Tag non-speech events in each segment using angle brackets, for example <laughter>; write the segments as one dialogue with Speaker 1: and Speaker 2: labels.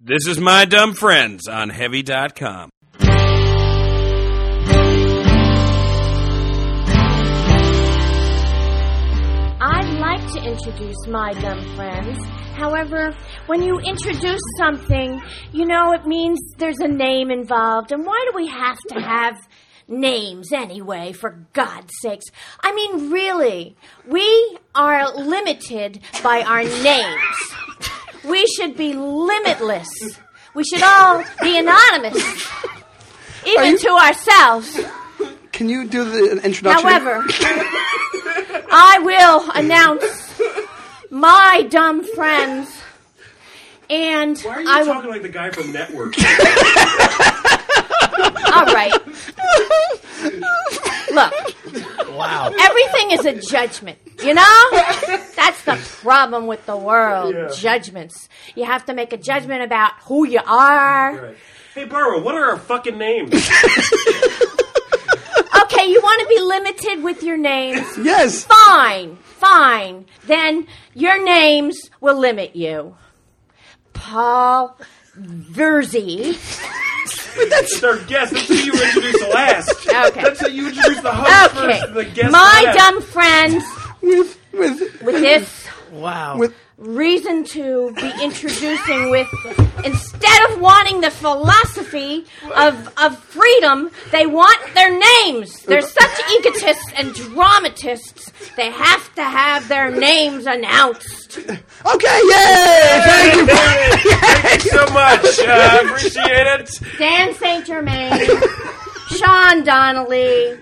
Speaker 1: This is My Dumb Friends on Heavy.com.
Speaker 2: I'd like to introduce my dumb friends. However, when you introduce something, you know, it means there's a name involved. And why do we have to have names anyway, for God's sakes? I mean, really, we are limited by our names. We should be limitless. We should all be anonymous, even to ourselves.
Speaker 3: Can you do the introduction?
Speaker 2: However, <laughs> I will announce my dumb friends, and
Speaker 4: Why are you
Speaker 2: I will.
Speaker 4: talking like the guy from Network? <laughs>
Speaker 2: All right. Look. Wow. Everything is a judgment. You know? That's
Speaker 4: <laughs>
Speaker 2: the problem with the world.
Speaker 4: Yeah.
Speaker 2: Judgments. You have to make a judgment about who you are.
Speaker 4: Right. Hey, Barbara, what are our fucking <laughs> names?
Speaker 2: Okay, you want to be limited with your names.
Speaker 3: yes.
Speaker 2: fine, fine. Then your names will limit you. Paul Verzi.
Speaker 4: It's our guest. That's who you introduce last.
Speaker 2: Okay.
Speaker 4: That's how you introduce <laughs> the host
Speaker 2: Okay.
Speaker 4: first, the guest
Speaker 2: My
Speaker 4: last.
Speaker 2: dumb friends
Speaker 3: With with
Speaker 2: with this
Speaker 5: Wow.
Speaker 3: with
Speaker 2: reason to be introducing with instead of wanting the philosophy of of freedom, they want their names. They're such egotists and dramatists. They have to have their names announced.
Speaker 3: Okay, yay! Thank you.
Speaker 4: Thank you so much. Uh, I appreciate it.
Speaker 2: Dan St.
Speaker 3: <laughs>
Speaker 2: Germain, Sean Donnelly,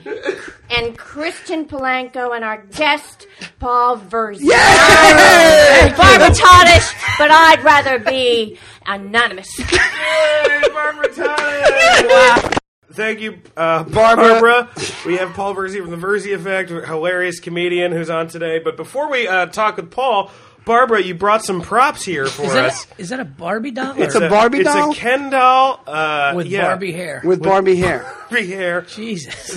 Speaker 2: and Christian Polanco, and our guest, Paul Verzi.
Speaker 3: Yay!
Speaker 2: Barbara Toddish, but I'd rather be
Speaker 3: <laughs>
Speaker 2: anonymous.
Speaker 4: Yay, Barbara Toddish. Thank you, uh, Barbara. We have Paul Verzi from the Verzi Effect, a hilarious comedian who's on today. But before we uh, talk with Paul, Barbara, you brought some props here for
Speaker 5: Is that,
Speaker 4: us.
Speaker 5: a, is that a Barbie doll?
Speaker 3: It's
Speaker 5: or-
Speaker 3: a Barbie
Speaker 4: it's
Speaker 3: doll
Speaker 4: a Ken doll uh,
Speaker 5: with
Speaker 4: yeah,
Speaker 5: Barbie hair.
Speaker 3: with Barbie hair.
Speaker 4: Barbie hair, <laughs>
Speaker 5: Jesus.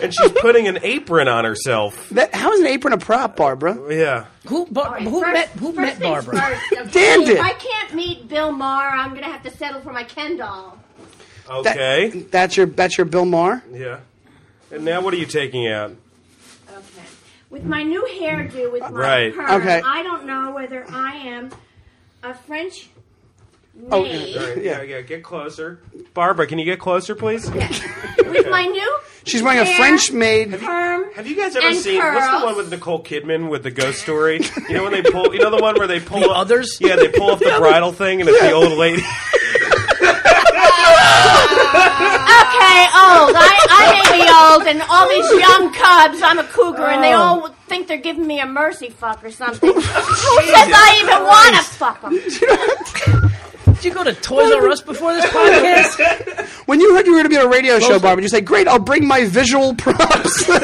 Speaker 4: and she's putting an apron on herself.
Speaker 3: That, how is an apron a prop, Barbara?
Speaker 4: Yeah.
Speaker 5: who bar- who
Speaker 2: First-
Speaker 5: met who
Speaker 2: first
Speaker 5: met
Speaker 2: things
Speaker 5: Barbara?
Speaker 2: first, okay,
Speaker 3: Dan did.
Speaker 2: If I can't meet Bill Maher, I'm going to have to settle for my Ken doll.
Speaker 3: That-
Speaker 4: Okay.
Speaker 3: That's your that's your Bill Maher.
Speaker 4: yeah. And now, what are you taking out?
Speaker 2: Okay. With my new hairdo, with my
Speaker 4: Right.
Speaker 2: perm,
Speaker 3: Okay.
Speaker 2: I don't know whether I am a French
Speaker 3: Oh,
Speaker 2: maid.
Speaker 4: All right,
Speaker 3: Yeah.
Speaker 4: yeah, yeah. Get closer, Barbara. Can you get closer, please?
Speaker 2: With my new
Speaker 3: She's wearing a
Speaker 2: hair,
Speaker 3: French maid.
Speaker 2: perm.
Speaker 4: Have you guys ever
Speaker 2: And
Speaker 4: seen what's
Speaker 2: curls.
Speaker 4: the one with Nicole Kidman with the ghost story? You know when they pull, you know the one where they pull
Speaker 5: The
Speaker 4: up-
Speaker 5: others?
Speaker 4: Yeah, they pull off the bridal thing and it's the old lady. <laughs>
Speaker 2: Okay, old. I, I may be old, and all these young cubs, I'm a cougar, and
Speaker 3: Oh.
Speaker 2: they all think they're giving me a mercy fuck or
Speaker 3: <laughs>
Speaker 2: something. Who says I even want to fuck them?
Speaker 5: Did you go to Toys R Us before this
Speaker 4: <laughs>
Speaker 5: podcast?
Speaker 3: When you heard you were going to be on a radio show, Barbara, you say, "Great, I'll bring my visual props."
Speaker 4: <laughs>
Speaker 3: <laughs>
Speaker 2: I'm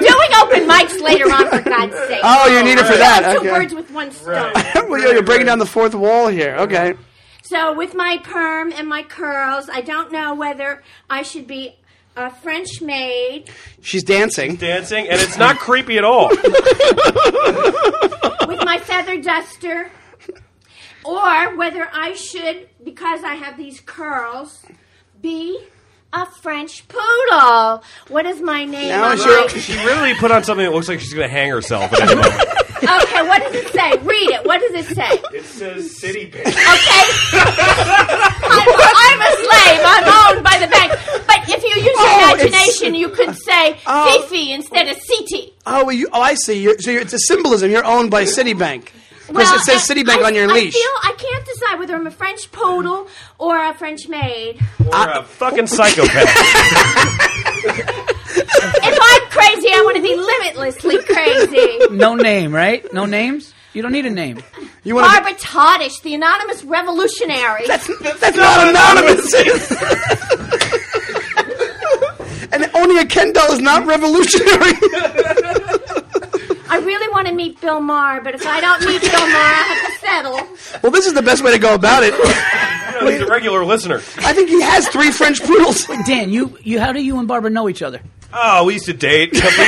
Speaker 2: doing open mics later on, for God's sake.
Speaker 3: oh, you need it for that.
Speaker 2: Two
Speaker 3: Okay.
Speaker 2: birds with one stone.
Speaker 3: Well, you're breaking down the fourth wall here. Okay.
Speaker 2: So, with my perm and my curls, I don't know whether I should be a French maid.
Speaker 3: She's dancing.
Speaker 4: dancing, and it's not creepy at all.
Speaker 2: with my feather duster, or whether I should, because I have these curls, be a French poodle. What is my name?
Speaker 3: Now
Speaker 2: on
Speaker 3: it's
Speaker 2: my-
Speaker 3: your-
Speaker 4: She really put on something that looks like she's going to hang herself. At any moment.
Speaker 2: okay, what does it say? Read it. What does it say?
Speaker 4: It says city bank.
Speaker 3: <laughs>
Speaker 2: Okay. I'm, I'm a slave. I'm owned by the bank. But if you use your
Speaker 3: Oh, it's-
Speaker 2: imagination, you could say
Speaker 3: Oh.
Speaker 2: Fifi instead of Citi.
Speaker 3: Oh, well, you, oh, I see. You're, so you're, it's a symbolism. You're owned by Citibank. Because it says
Speaker 2: I-
Speaker 3: Citibank
Speaker 2: I-
Speaker 3: on your
Speaker 2: I
Speaker 3: leash.
Speaker 2: feel I can't decide whether I'm a French poodle or a French maid.
Speaker 4: Or a fucking psychopath.
Speaker 2: If I'm crazy, I want to be limitlessly
Speaker 5: <laughs>
Speaker 2: crazy.
Speaker 5: No name, right? No names. You don't need a name.
Speaker 3: you wanna-
Speaker 2: Barbara Toddish, the anonymous revolutionary.
Speaker 3: That's not anonymous. <laughs> and owning a Ken doll is not revolutionary.
Speaker 2: I really want to meet Bill Maher, but if I don't meet Bill Maher, I have to settle.
Speaker 3: <laughs> well, this is the best way to go about it.
Speaker 4: You know, he's a regular listener.
Speaker 3: I think he has three French <laughs> poodles.
Speaker 5: Dan, you, you how do you and Barbara know each other?
Speaker 4: Oh, we used to date.
Speaker 2: He imagines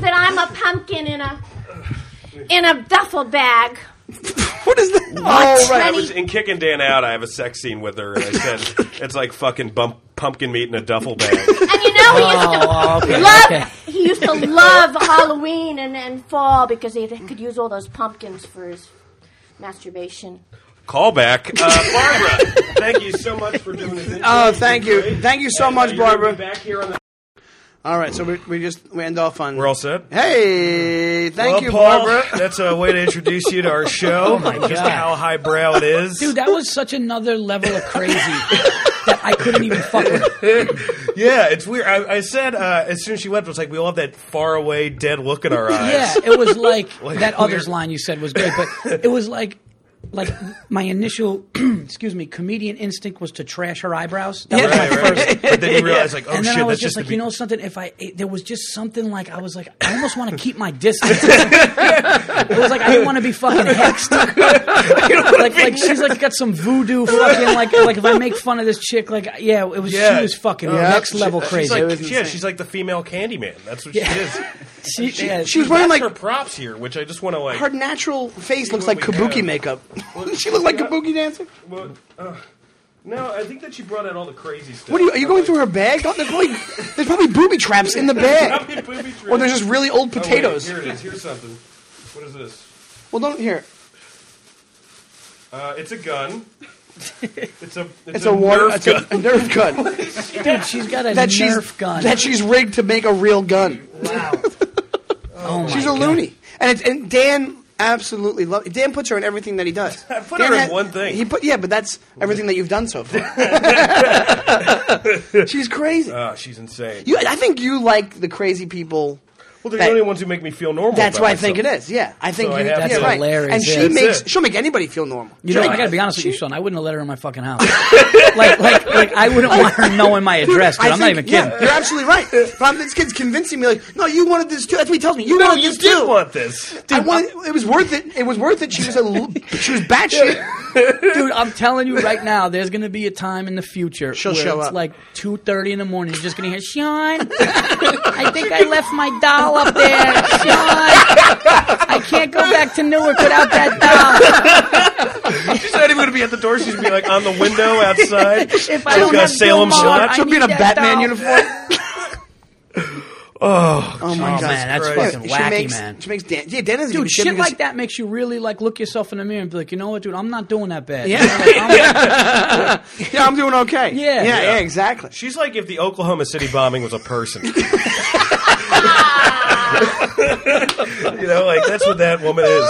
Speaker 2: that I'm a pumpkin in a in a duffel bag.
Speaker 3: What is that? Oh,
Speaker 4: I
Speaker 3: right.
Speaker 4: was in Kicking Dan Out. I have a sex scene with her, and I said it's like fucking bump, pumpkin meat in a duffel bag.
Speaker 2: And you know he used to
Speaker 5: Oh, okay.
Speaker 2: love
Speaker 5: okay.
Speaker 2: he used to love Halloween and, and fall because he could use all those pumpkins for his masturbation.
Speaker 4: Callback, uh, Barbara. thank you so much for doing this. interview.
Speaker 3: Oh, thank you. Thank you so
Speaker 4: And, uh,
Speaker 3: much,
Speaker 4: you're gonna be
Speaker 3: Barbara.
Speaker 4: Back here on the-
Speaker 3: All right, so we, we just we end off on.
Speaker 4: We're all set.
Speaker 3: Hey, thank
Speaker 4: Well,
Speaker 3: you,
Speaker 4: Paul,
Speaker 3: Barbara.
Speaker 4: <laughs> That's a way to introduce you to our show. Just
Speaker 5: Oh, God.
Speaker 4: how highbrow it is.
Speaker 5: Dude, that was such another level of crazy that I couldn't even fuck with.
Speaker 4: yeah, it's weird. I, I said uh, as soon as she left, it was like we all have that far away, dead look in our eyes.
Speaker 5: <laughs> Yeah, it was like that
Speaker 4: weird.
Speaker 5: others line you said was great, but it was like like my initial <clears throat> excuse me comedian instinct was to trash her eyebrows. That was my
Speaker 4: Right,
Speaker 5: <laughs>
Speaker 4: right. But then you realize, like, oh
Speaker 5: and then
Speaker 4: shit,
Speaker 5: I was
Speaker 4: that's
Speaker 5: just
Speaker 4: just
Speaker 5: like,
Speaker 4: the
Speaker 5: you
Speaker 4: be-
Speaker 5: know something? If I ate, there was just something like I was like, I almost want to keep my distance. <laughs> it was like I didn't want to be fucking hexed. like, like she's like got some voodoo fucking like like if I make fun of this chick, like yeah, it was
Speaker 4: Yeah.
Speaker 5: she was fucking
Speaker 4: Yeah.
Speaker 5: next level
Speaker 4: She's
Speaker 5: crazy.
Speaker 4: like-
Speaker 3: It was
Speaker 4: yeah,
Speaker 3: insane.
Speaker 4: she's like the female Candyman. That's what
Speaker 5: Yeah.
Speaker 4: she is.
Speaker 5: she, yeah,
Speaker 3: <laughs> She was wearing
Speaker 4: That's
Speaker 3: like
Speaker 4: her props here, which I just want to like.
Speaker 3: her natural face looks
Speaker 4: what
Speaker 3: like
Speaker 4: we have.
Speaker 3: kabuki makeup. <laughs> she look like kabuki dancer.
Speaker 4: Well, uh, no, I think that she brought out all the crazy stuff.
Speaker 3: What are you? Are you going
Speaker 4: <laughs>
Speaker 3: through her bag? Oh, there's, probably, there's probably booby traps in the bag, <laughs> or there's just really old potatoes.
Speaker 4: Oh, here it is. Here's something. What is this?
Speaker 3: well, don't here.
Speaker 4: Uh, it's a
Speaker 3: <laughs>
Speaker 4: gun. It's a it's,
Speaker 3: It's a water.
Speaker 4: Nerf
Speaker 3: It's
Speaker 4: gun.
Speaker 3: a, a nerf
Speaker 4: <laughs>
Speaker 3: gun
Speaker 5: dude, she's got a
Speaker 3: that
Speaker 5: Nerf
Speaker 3: she's
Speaker 5: gun.
Speaker 3: that she's rigged to make a real gun. <laughs>
Speaker 5: wow. Oh my
Speaker 3: She's a
Speaker 5: God.
Speaker 3: loony, and it's, and Dan absolutely loves. Dan puts her in everything that
Speaker 4: <laughs>
Speaker 3: he does. I
Speaker 4: put her in one thing.
Speaker 3: He put yeah, but that's everything that you've done so
Speaker 4: <laughs>
Speaker 3: far. she's crazy.
Speaker 4: Ah, she's insane.
Speaker 3: you, I think you like the crazy people.
Speaker 4: well, they're
Speaker 3: that-
Speaker 4: the only ones who make me feel normal.
Speaker 3: That's
Speaker 4: about
Speaker 3: what I think it
Speaker 4: Oh, myself.
Speaker 3: is. Yeah, I think
Speaker 4: So I
Speaker 3: you,
Speaker 4: have
Speaker 3: yeah,
Speaker 4: to-
Speaker 3: right.
Speaker 5: Hilarious,
Speaker 3: And she
Speaker 5: yeah.
Speaker 3: makes
Speaker 4: That's it.
Speaker 3: she'll make anybody feel normal.
Speaker 5: You know, I gotta be honest with you, Sean. I wouldn't have let her in my fucking house. like, like, like, I wouldn't want her knowing my address. Dude,
Speaker 3: I
Speaker 5: I'm not even
Speaker 3: think-
Speaker 5: kidding.
Speaker 3: Yeah, you're absolutely right. But I'm, this kid's convincing me, like, no, you wanted this too. That's what he tells me. You
Speaker 4: No,
Speaker 3: wanted
Speaker 4: you
Speaker 3: this
Speaker 4: did
Speaker 3: too.
Speaker 4: want
Speaker 3: <laughs>
Speaker 4: this.
Speaker 3: I wanted, it was worth it. It was worth it. She was a,
Speaker 5: <laughs>
Speaker 3: l- she was batshit.
Speaker 5: Dude, I'm telling you right now, there's gonna be a time in the future
Speaker 3: She'll
Speaker 5: where
Speaker 3: show
Speaker 5: it's
Speaker 3: up.
Speaker 5: like two thirty in the morning. You're just gonna
Speaker 3: <laughs>
Speaker 5: hear Sean. I think I left my doll up there, Sean. I can't go back to Newark without that doll.
Speaker 4: She's not even going to be at the door. She's going to be like on the window
Speaker 3: <laughs>
Speaker 4: outside.
Speaker 5: If I
Speaker 4: She's
Speaker 5: don't
Speaker 4: got
Speaker 5: have
Speaker 4: Salem
Speaker 5: Gilmore,
Speaker 4: Slot.
Speaker 5: I
Speaker 3: She'll be in a
Speaker 5: need that
Speaker 3: Batman
Speaker 5: doll.
Speaker 3: uniform.
Speaker 4: Oh,
Speaker 3: <laughs> Oh my
Speaker 5: <laughs> Oh, man, that's
Speaker 4: Christ.
Speaker 5: fucking
Speaker 3: She
Speaker 5: wacky,
Speaker 3: makes,
Speaker 5: man.
Speaker 3: She makes Dan. Yeah, Dan doesn't give a
Speaker 5: Dude,
Speaker 3: shit,
Speaker 5: shit
Speaker 3: because-
Speaker 5: like that makes you really like look yourself in the mirror and be like, you know what, dude, I'm not doing that bad.
Speaker 3: Yeah.
Speaker 5: You
Speaker 3: <laughs>
Speaker 5: know, like, I'm-
Speaker 3: Yeah, I'm doing okay.
Speaker 5: Yeah.
Speaker 3: yeah,
Speaker 4: Yeah.
Speaker 3: yeah, exactly.
Speaker 4: she's like if the Oklahoma City bombing was a person.
Speaker 5: <laughs>
Speaker 4: you know, like that's what that woman is.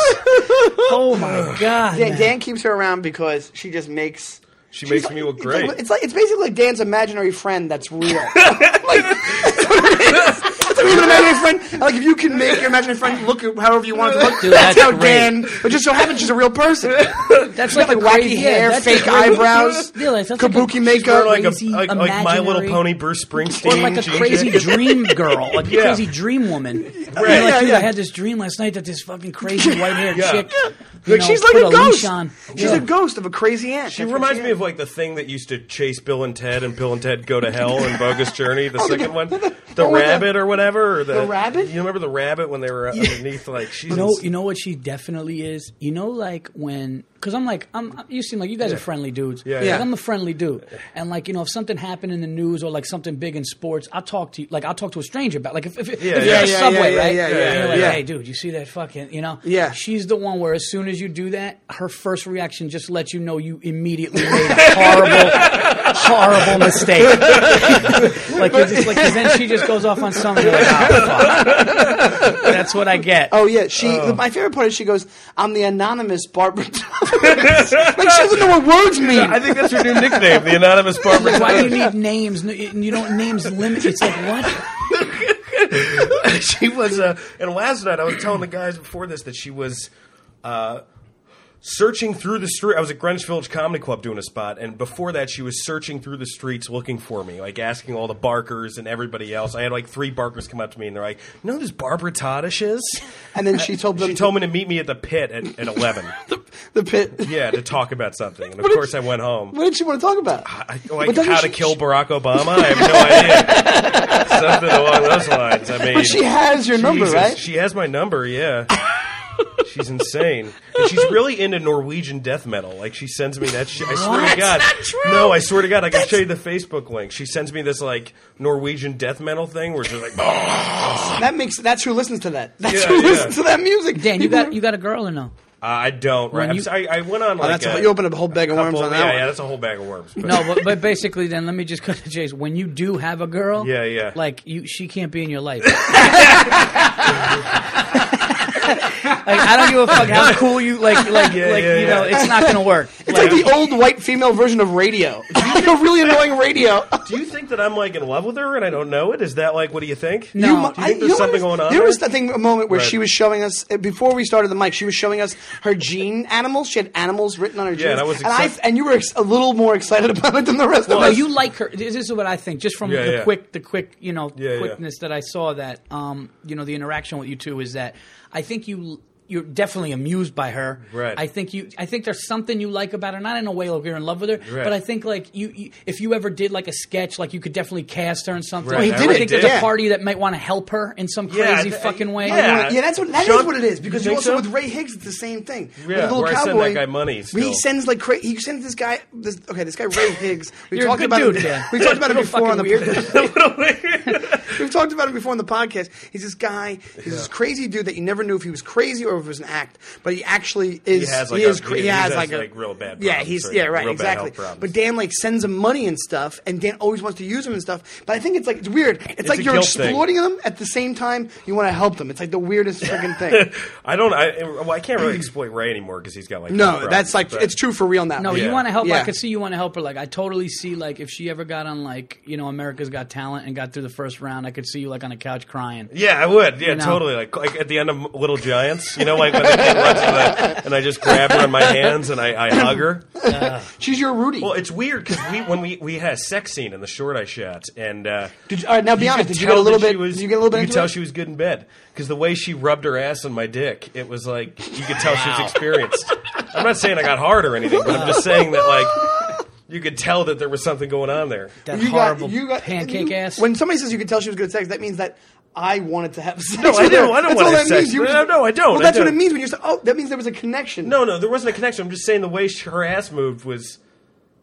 Speaker 5: oh my god.
Speaker 3: Dan,
Speaker 5: man.
Speaker 3: Dan keeps her around because she just makes.
Speaker 4: She
Speaker 3: she's
Speaker 4: makes
Speaker 3: like-
Speaker 4: me look
Speaker 3: it's
Speaker 4: great.
Speaker 3: like- It's like it's basically like Dan's imaginary friend that's
Speaker 5: <laughs>
Speaker 3: real. like, <laughs> that's what it is. It's like an imaginary friend. Like if you can make your imaginary friend look however you want it to look,
Speaker 5: Dude,
Speaker 3: that's,
Speaker 5: that's
Speaker 3: how
Speaker 5: great.
Speaker 3: Dan. But just so happens she's a real
Speaker 5: <laughs>
Speaker 3: person.
Speaker 5: That's
Speaker 3: She's got, like
Speaker 5: like a
Speaker 3: wacky
Speaker 5: crazy- yeah,
Speaker 3: hair,
Speaker 5: that's
Speaker 3: fake
Speaker 5: a crazy-
Speaker 3: eyebrows,
Speaker 5: <laughs> Yeah, like, that's like a-
Speaker 3: kabuki
Speaker 5: she's
Speaker 3: makeup.
Speaker 4: Or like a
Speaker 5: Crazy,
Speaker 4: like, like My Little
Speaker 5: imaginary-
Speaker 4: Pony Bruce Springsteen,
Speaker 5: Or like a
Speaker 4: Gene
Speaker 5: crazy
Speaker 4: Jack-
Speaker 5: dream girl,
Speaker 3: <laughs>
Speaker 5: like
Speaker 4: Yeah.
Speaker 5: a crazy dream woman. Right.
Speaker 4: Right.
Speaker 5: like,
Speaker 3: Yeah,
Speaker 5: dude,
Speaker 3: yeah.
Speaker 5: I had this dream last night that this fucking crazy white haired
Speaker 4: Yeah.
Speaker 5: chick.
Speaker 4: Yeah.
Speaker 5: you
Speaker 3: Like,
Speaker 5: know,
Speaker 3: she's like
Speaker 5: put
Speaker 3: a
Speaker 5: leash
Speaker 3: ghost.
Speaker 5: on.
Speaker 3: She's
Speaker 5: Yeah.
Speaker 3: a ghost of a crazy aunt.
Speaker 4: She reminds me of like the thing that used to chase Bill and Ted, and Bill and Ted go to hell, and Bogus Journey,
Speaker 5: <laughs>
Speaker 4: the second one, the
Speaker 3: Oh, my God.
Speaker 4: rabbit or whatever, or the,
Speaker 3: rabbit?
Speaker 4: You remember the rabbit when they were underneath? Like she's
Speaker 5: You know, you know what she definitely is. You know, like when, because I'm like, I'm. You seem like you guys are friendly dudes.
Speaker 4: Yeah,
Speaker 5: Like,
Speaker 4: yeah.
Speaker 5: I'm a friendly dude, and like you know, if something happened in the news or like something big in sports, I'll talk to you. Like I'll talk to a stranger about. Like if, if, if
Speaker 4: Yeah,
Speaker 5: you're
Speaker 4: yeah,
Speaker 5: at a
Speaker 4: yeah,
Speaker 5: subway,
Speaker 3: yeah,
Speaker 5: right?
Speaker 3: yeah, yeah,
Speaker 5: and you're like,
Speaker 3: yeah.
Speaker 5: hey, dude, you see that fucking, you know?
Speaker 3: Yeah.
Speaker 5: She's the one where as soon as you do that, her first reaction just lets you know you immediately made a horrible,
Speaker 4: <laughs>
Speaker 5: horrible mistake. like you're just like, 'cause then she just goes off on something. You're like, oh, fuck. That's what I get.
Speaker 3: Oh yeah, she. My favorite part is she goes, "I'm the anonymous Barbara." Thomas." <laughs> like she doesn't know
Speaker 4: <laughs>
Speaker 3: what words mean.
Speaker 4: I think that's her new nickname, the anonymous Barbara.
Speaker 5: Like, <laughs> why do you
Speaker 4: Tyler.
Speaker 5: need names? No, You you don't names limit. It's like
Speaker 4: <laughs>
Speaker 5: what?
Speaker 4: she was, uh, and last night I was telling the guys before this that she was. Uh, searching through the street. I was at Greenwich Village Comedy Club doing a spot, and before that, she was searching through the streets looking for me, like asking all the Barkers and everybody else. I had like three Barkers come up to me, and they're like, "You know who this Barbara Tadish
Speaker 3: <laughs>
Speaker 4: is?"
Speaker 3: And then she told them
Speaker 4: She told me to meet me at the pit at, at eleven.
Speaker 3: <laughs> the pit.
Speaker 4: <laughs> yeah, to talk about something. And of
Speaker 3: What did
Speaker 4: course,
Speaker 3: she-
Speaker 4: I went home.
Speaker 3: <laughs> What did she want to talk about?
Speaker 4: I,
Speaker 3: But
Speaker 4: like
Speaker 3: doesn't
Speaker 4: how
Speaker 3: she-
Speaker 4: to kill Barack Obama? I have no idea.
Speaker 3: <laughs>
Speaker 4: Something along those lines. I mean,
Speaker 3: But she has your number,
Speaker 4: Jesus,
Speaker 3: right?
Speaker 4: She has my number. Yeah. <laughs> She's insane. And she's really into Norwegian death metal. Like she sends me that shit. I swear
Speaker 2: That's
Speaker 4: to God.
Speaker 2: not true.
Speaker 4: No, I swear to God, I can show you the Facebook link. She sends me this like Norwegian death metal thing where she's like,
Speaker 3: that makes that's who listens to that. That's
Speaker 4: Yeah,
Speaker 3: who
Speaker 4: yeah.
Speaker 3: listens to that music.
Speaker 5: Dan, you
Speaker 3: People-
Speaker 5: got you got a girl or no?
Speaker 4: Uh, I don't. Right?
Speaker 5: When
Speaker 4: I'm
Speaker 5: you-
Speaker 4: sorry, I went on like
Speaker 3: Oh, that's
Speaker 4: a,
Speaker 3: a, you open up a whole bag of worms
Speaker 4: couple-
Speaker 3: on
Speaker 4: yeah,
Speaker 3: that
Speaker 4: yeah,
Speaker 3: one.
Speaker 4: that's a whole bag of worms. but-
Speaker 5: No, but, but basically, then let me just cut to chase. When you do have a girl,
Speaker 4: Yeah, yeah.
Speaker 5: like you, she can't be in
Speaker 4: <laughs>
Speaker 5: your life. like, I don't give a fuck how cool you like, like,
Speaker 4: Yeah,
Speaker 5: like
Speaker 4: yeah,
Speaker 5: you know,
Speaker 4: yeah.
Speaker 5: it's not
Speaker 4: <laughs>
Speaker 5: gonna work.
Speaker 3: It's like the old white female version of radio. <laughs> like a really annoying radio.
Speaker 4: Do you think that I'm like in love with her and I don't know it? Is that like what do you think?
Speaker 5: No.
Speaker 3: mu-
Speaker 5: Do
Speaker 4: you think there's
Speaker 3: know what
Speaker 4: something
Speaker 3: is-
Speaker 4: going on
Speaker 3: There
Speaker 4: there?
Speaker 3: was I think a moment where
Speaker 4: Right.
Speaker 3: she was showing us uh, before we started the mic. She was showing us her gene animals. She had animals written on her jeans.
Speaker 4: and I was
Speaker 3: and, I,
Speaker 4: excit-
Speaker 3: and you were ex- a little more excited about it than the rest
Speaker 5: No,
Speaker 3: of us.
Speaker 5: you like her. This is what I think, just from
Speaker 4: Yeah,
Speaker 5: the
Speaker 4: yeah.
Speaker 5: quick, the quick, you know,
Speaker 4: Yeah, yeah.
Speaker 5: quickness that I saw that, um, you know, the interaction with you two is that I think you. You're definitely amused by her.
Speaker 4: Right.
Speaker 5: I think you. I think there's something you like about her. Not in a way like you're in love with her,
Speaker 4: Right.
Speaker 5: but I think like you, you. If you ever did like a sketch, like you could definitely cast her in something.
Speaker 4: Right, Well, he
Speaker 5: I
Speaker 4: Oh, did
Speaker 5: think
Speaker 4: it,
Speaker 5: there's
Speaker 4: yeah.
Speaker 5: a party that might want to help her in some
Speaker 4: Yeah, I
Speaker 5: crazy
Speaker 4: th-
Speaker 5: fucking way.
Speaker 4: yeah.
Speaker 3: yeah, that's what that is
Speaker 4: Sean,
Speaker 3: what it is. Because
Speaker 4: you
Speaker 3: you
Speaker 4: think
Speaker 3: also
Speaker 4: so?
Speaker 3: with Ray Higgs, it's the same thing. With
Speaker 4: Yeah,
Speaker 3: the little
Speaker 4: where I send
Speaker 3: cowboy,
Speaker 4: that guy money
Speaker 3: but He
Speaker 4: still.
Speaker 3: sends like cra- he sends this guy. This, okay, this
Speaker 4: <laughs>
Speaker 3: guy Ray Higgs. We
Speaker 5: You're a
Speaker 3: talked
Speaker 5: good
Speaker 3: about
Speaker 5: dude,
Speaker 3: it.
Speaker 5: Dan.
Speaker 3: We talked about it
Speaker 5: You're a
Speaker 3: before on the
Speaker 5: fucking
Speaker 3: <laughs> We've talked about it before on the podcast. He's this guy. He's this crazy dude that you never knew if he was crazy or if it was an act, but he actually is.
Speaker 4: He has, like,
Speaker 3: is
Speaker 4: a-
Speaker 3: cra-
Speaker 4: he-
Speaker 3: he
Speaker 4: he
Speaker 3: has
Speaker 4: has,
Speaker 3: like a
Speaker 4: like, real bad
Speaker 3: Yeah,
Speaker 4: problems,
Speaker 3: he's
Speaker 4: right?
Speaker 3: yeah right
Speaker 4: Real bad
Speaker 3: exactly.
Speaker 4: health problems.
Speaker 3: But Dan like sends him money and stuff, and Dan always wants to use him and stuff. But I think it's like it's weird. It's, like
Speaker 4: a
Speaker 3: you're
Speaker 4: guilt thing.
Speaker 3: exploiting them at the same time you want to help them. It's like the weirdest freaking
Speaker 4: <laughs>
Speaker 3: thing.
Speaker 4: <laughs> I don't. I, well, I can't really exploit Ray anymore because he's got like
Speaker 3: No,
Speaker 4: health problems,
Speaker 3: that's like
Speaker 4: but-
Speaker 3: it's true for real now.
Speaker 5: No,
Speaker 4: Yeah.
Speaker 5: you want to help.
Speaker 3: Yeah.
Speaker 5: I could see you want to help her. Like, I totally see. Like, if she ever got on, like, you know, America's Got Talent and got through the first round, I could see you like on a couch crying.
Speaker 4: Yeah, I would. Yeah,
Speaker 5: know?
Speaker 4: totally. Like like at the end of Little Giants, you know, like when the kid runs to the, and I just grab her on my hands and I, I hug her.
Speaker 3: she's your Rudy.
Speaker 4: Well, it's weird because we when we we had a sex scene in the short I shot, and uh,
Speaker 3: Did you- all right, now be
Speaker 4: you
Speaker 3: honest,
Speaker 4: could
Speaker 3: did you get a
Speaker 4: tell
Speaker 3: little
Speaker 4: that she
Speaker 3: bit- did you get a little bit
Speaker 4: You
Speaker 3: into
Speaker 4: could tell
Speaker 3: it?
Speaker 4: she was good in bed because the way she rubbed her ass on my dick, it was like you could tell she was experienced. I'm not saying I got hard or anything, but I'm just saying that like you could tell that there was something going on there.
Speaker 5: That
Speaker 3: you
Speaker 5: horrible
Speaker 3: got you got
Speaker 5: pancake
Speaker 3: you-
Speaker 5: ass.
Speaker 3: When somebody says you could tell she was good at sex, that means that I wanted
Speaker 4: <laughs>
Speaker 3: to have sex.
Speaker 4: No, I
Speaker 3: with her.
Speaker 4: don't- I don't
Speaker 3: That's
Speaker 4: wanna
Speaker 3: all
Speaker 4: have
Speaker 3: that
Speaker 4: sex.
Speaker 3: means. You
Speaker 4: No,
Speaker 3: just-
Speaker 4: no, I don't.
Speaker 3: Well,
Speaker 4: I
Speaker 3: that's what
Speaker 4: don't.
Speaker 3: it means when you say, "Oh, that means there was a connection."
Speaker 4: No, no, there wasn't a connection. I'm just saying the way she, her ass moved was.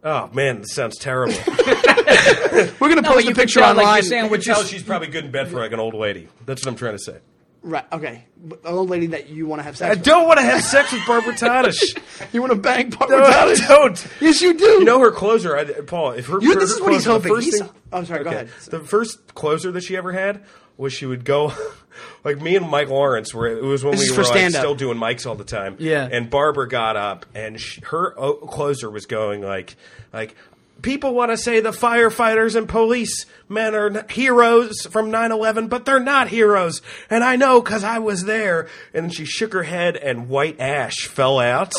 Speaker 4: Oh man, this sounds
Speaker 3: <laughs>
Speaker 4: terrible.
Speaker 3: we're gonna
Speaker 5: but
Speaker 3: post
Speaker 5: you
Speaker 3: a
Speaker 5: could
Speaker 3: picture
Speaker 5: tell, like,
Speaker 3: online.
Speaker 5: you're saying
Speaker 4: I
Speaker 5: what
Speaker 4: can
Speaker 5: you're-
Speaker 4: tell she's probably good in bed for like an old lady. That's what I'm trying to say.
Speaker 3: right? Okay, But an old lady that you want to have sex.
Speaker 4: I
Speaker 3: with.
Speaker 4: don't want to have sex with Barbara Tadish.
Speaker 3: You want to bang <laughs> Barbara
Speaker 4: No, I
Speaker 3: Tadish?
Speaker 4: don't.
Speaker 3: Yes, you do.
Speaker 4: You know her closer, I, Paul. If her,
Speaker 3: You-
Speaker 4: her
Speaker 3: this is what he's
Speaker 4: closer, the
Speaker 3: hoping.
Speaker 4: first
Speaker 3: He's- Oh,
Speaker 4: thing-
Speaker 3: I'm sorry, go ahead.
Speaker 4: The first closer that she ever had was she would go, <laughs> like me and Mike Lawrence were. It was when
Speaker 3: This is
Speaker 4: we
Speaker 3: for
Speaker 4: were like,
Speaker 3: stand-up.
Speaker 4: still doing mics all the time.
Speaker 5: Yeah.
Speaker 4: And Barbara got up, and sh her o- closer was going like, like. People want to say the firefighters and police men are n- heroes from 9/11, but they're not heroes, and I know because I was there. And she shook her head, and white ash fell out,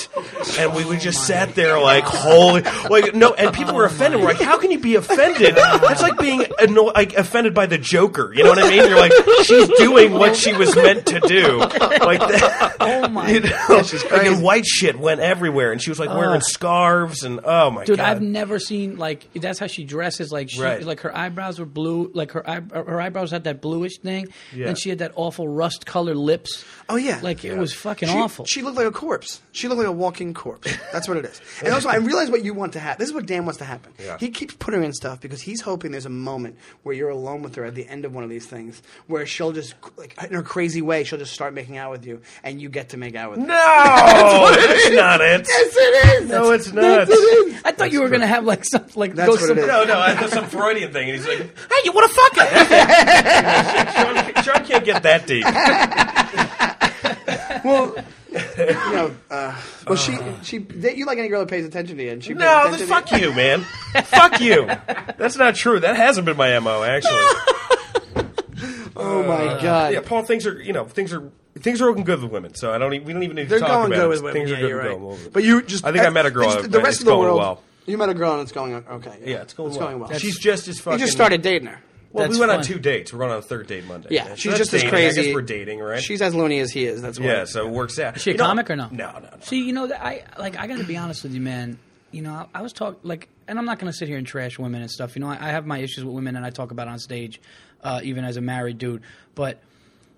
Speaker 4: and we would just sat there like, holy, like no. And people were offended. We're like, how can you be offended? That's like being anno- like offended by the Joker. You know what I mean? You're like, she's doing what she was meant to do. Like <laughs> that.
Speaker 5: Oh my
Speaker 4: You know, like, and white shit went everywhere, and she was like wearing scarves and oh my
Speaker 5: Dude,
Speaker 4: god,
Speaker 5: I've never seen like that's how she dresses. Like she,
Speaker 4: Right.
Speaker 5: like her eyebrows were blue. Like her eye, her eyebrows had that bluish thing,
Speaker 4: Yeah.
Speaker 5: and she had that awful rust colored lips.
Speaker 3: Oh yeah,
Speaker 5: like it was fucking
Speaker 3: she,
Speaker 5: awful.
Speaker 3: She looked like a corpse. She looked like a walking corpse. That's what it is. And also, I realize what you want to happen. This is what Dan wants to happen.
Speaker 4: Yeah.
Speaker 3: He keeps putting her in stuff because he's hoping there's a moment where you're alone with her at the end of one of these things, where she'll just, like, in her crazy way, she'll just start making out with you, and you get to make out with her.
Speaker 4: no, that's not it.
Speaker 3: Yes, it is.
Speaker 4: No, it's not.
Speaker 3: Yes, it is.
Speaker 5: I thought you were gonna have like some like
Speaker 3: That's
Speaker 5: go
Speaker 3: what it
Speaker 5: some-
Speaker 3: is.
Speaker 4: No, no, I- that's some Freudian thing. And he's like, hey, you want to fuck it? <laughs> Sean, Sean can't get that
Speaker 3: <laughs>
Speaker 4: deep.
Speaker 3: Well, <laughs> you know, uh, well, she, she, that- you like any girl that pays attention to you, and she. pays
Speaker 4: No,
Speaker 3: attention
Speaker 4: then
Speaker 3: to
Speaker 4: fuck you, man. fuck you. That's not true. That hasn't been my mo actually.
Speaker 3: Oh my god.
Speaker 4: yeah, Paul. Things are you know things are Things are looking good with women, so I don't. e- We don't even need
Speaker 3: They're
Speaker 4: to talk
Speaker 3: going
Speaker 4: about
Speaker 3: good
Speaker 4: it.
Speaker 3: with women.
Speaker 4: Things
Speaker 3: yeah,
Speaker 4: are good
Speaker 3: you're
Speaker 4: with
Speaker 3: right.
Speaker 4: going well.
Speaker 3: But you just
Speaker 4: I think I met a girl.
Speaker 3: it's- The
Speaker 4: and
Speaker 3: rest
Speaker 4: it's
Speaker 3: of the
Speaker 4: going
Speaker 3: world.
Speaker 4: Well.
Speaker 3: You met a girl and it's going okay.
Speaker 4: Yeah, it's going.
Speaker 3: It's
Speaker 4: well.
Speaker 3: going well.
Speaker 4: She's just as
Speaker 3: You
Speaker 4: fucking.
Speaker 3: just started dating her.
Speaker 4: Well,
Speaker 5: That's
Speaker 4: we went on
Speaker 5: fun.
Speaker 4: two dates. We're going on a third date Monday.
Speaker 3: Yeah,
Speaker 4: So
Speaker 3: she's
Speaker 4: that's
Speaker 3: just as
Speaker 4: dating. I
Speaker 3: crazy.
Speaker 4: guess we're dating, right?
Speaker 3: She's as loony as he is. That's why.
Speaker 4: yeah. So it works out.
Speaker 5: she a
Speaker 4: You know-
Speaker 5: comic or no?
Speaker 4: No, no, no.
Speaker 5: See, you know that I like. I got to be honest with you, man. You know, I, I was talking like, and I'm not going to sit here and trash women and stuff. You know, I, I have my issues with women, and I talk about it on stage, uh, even as a married dude. But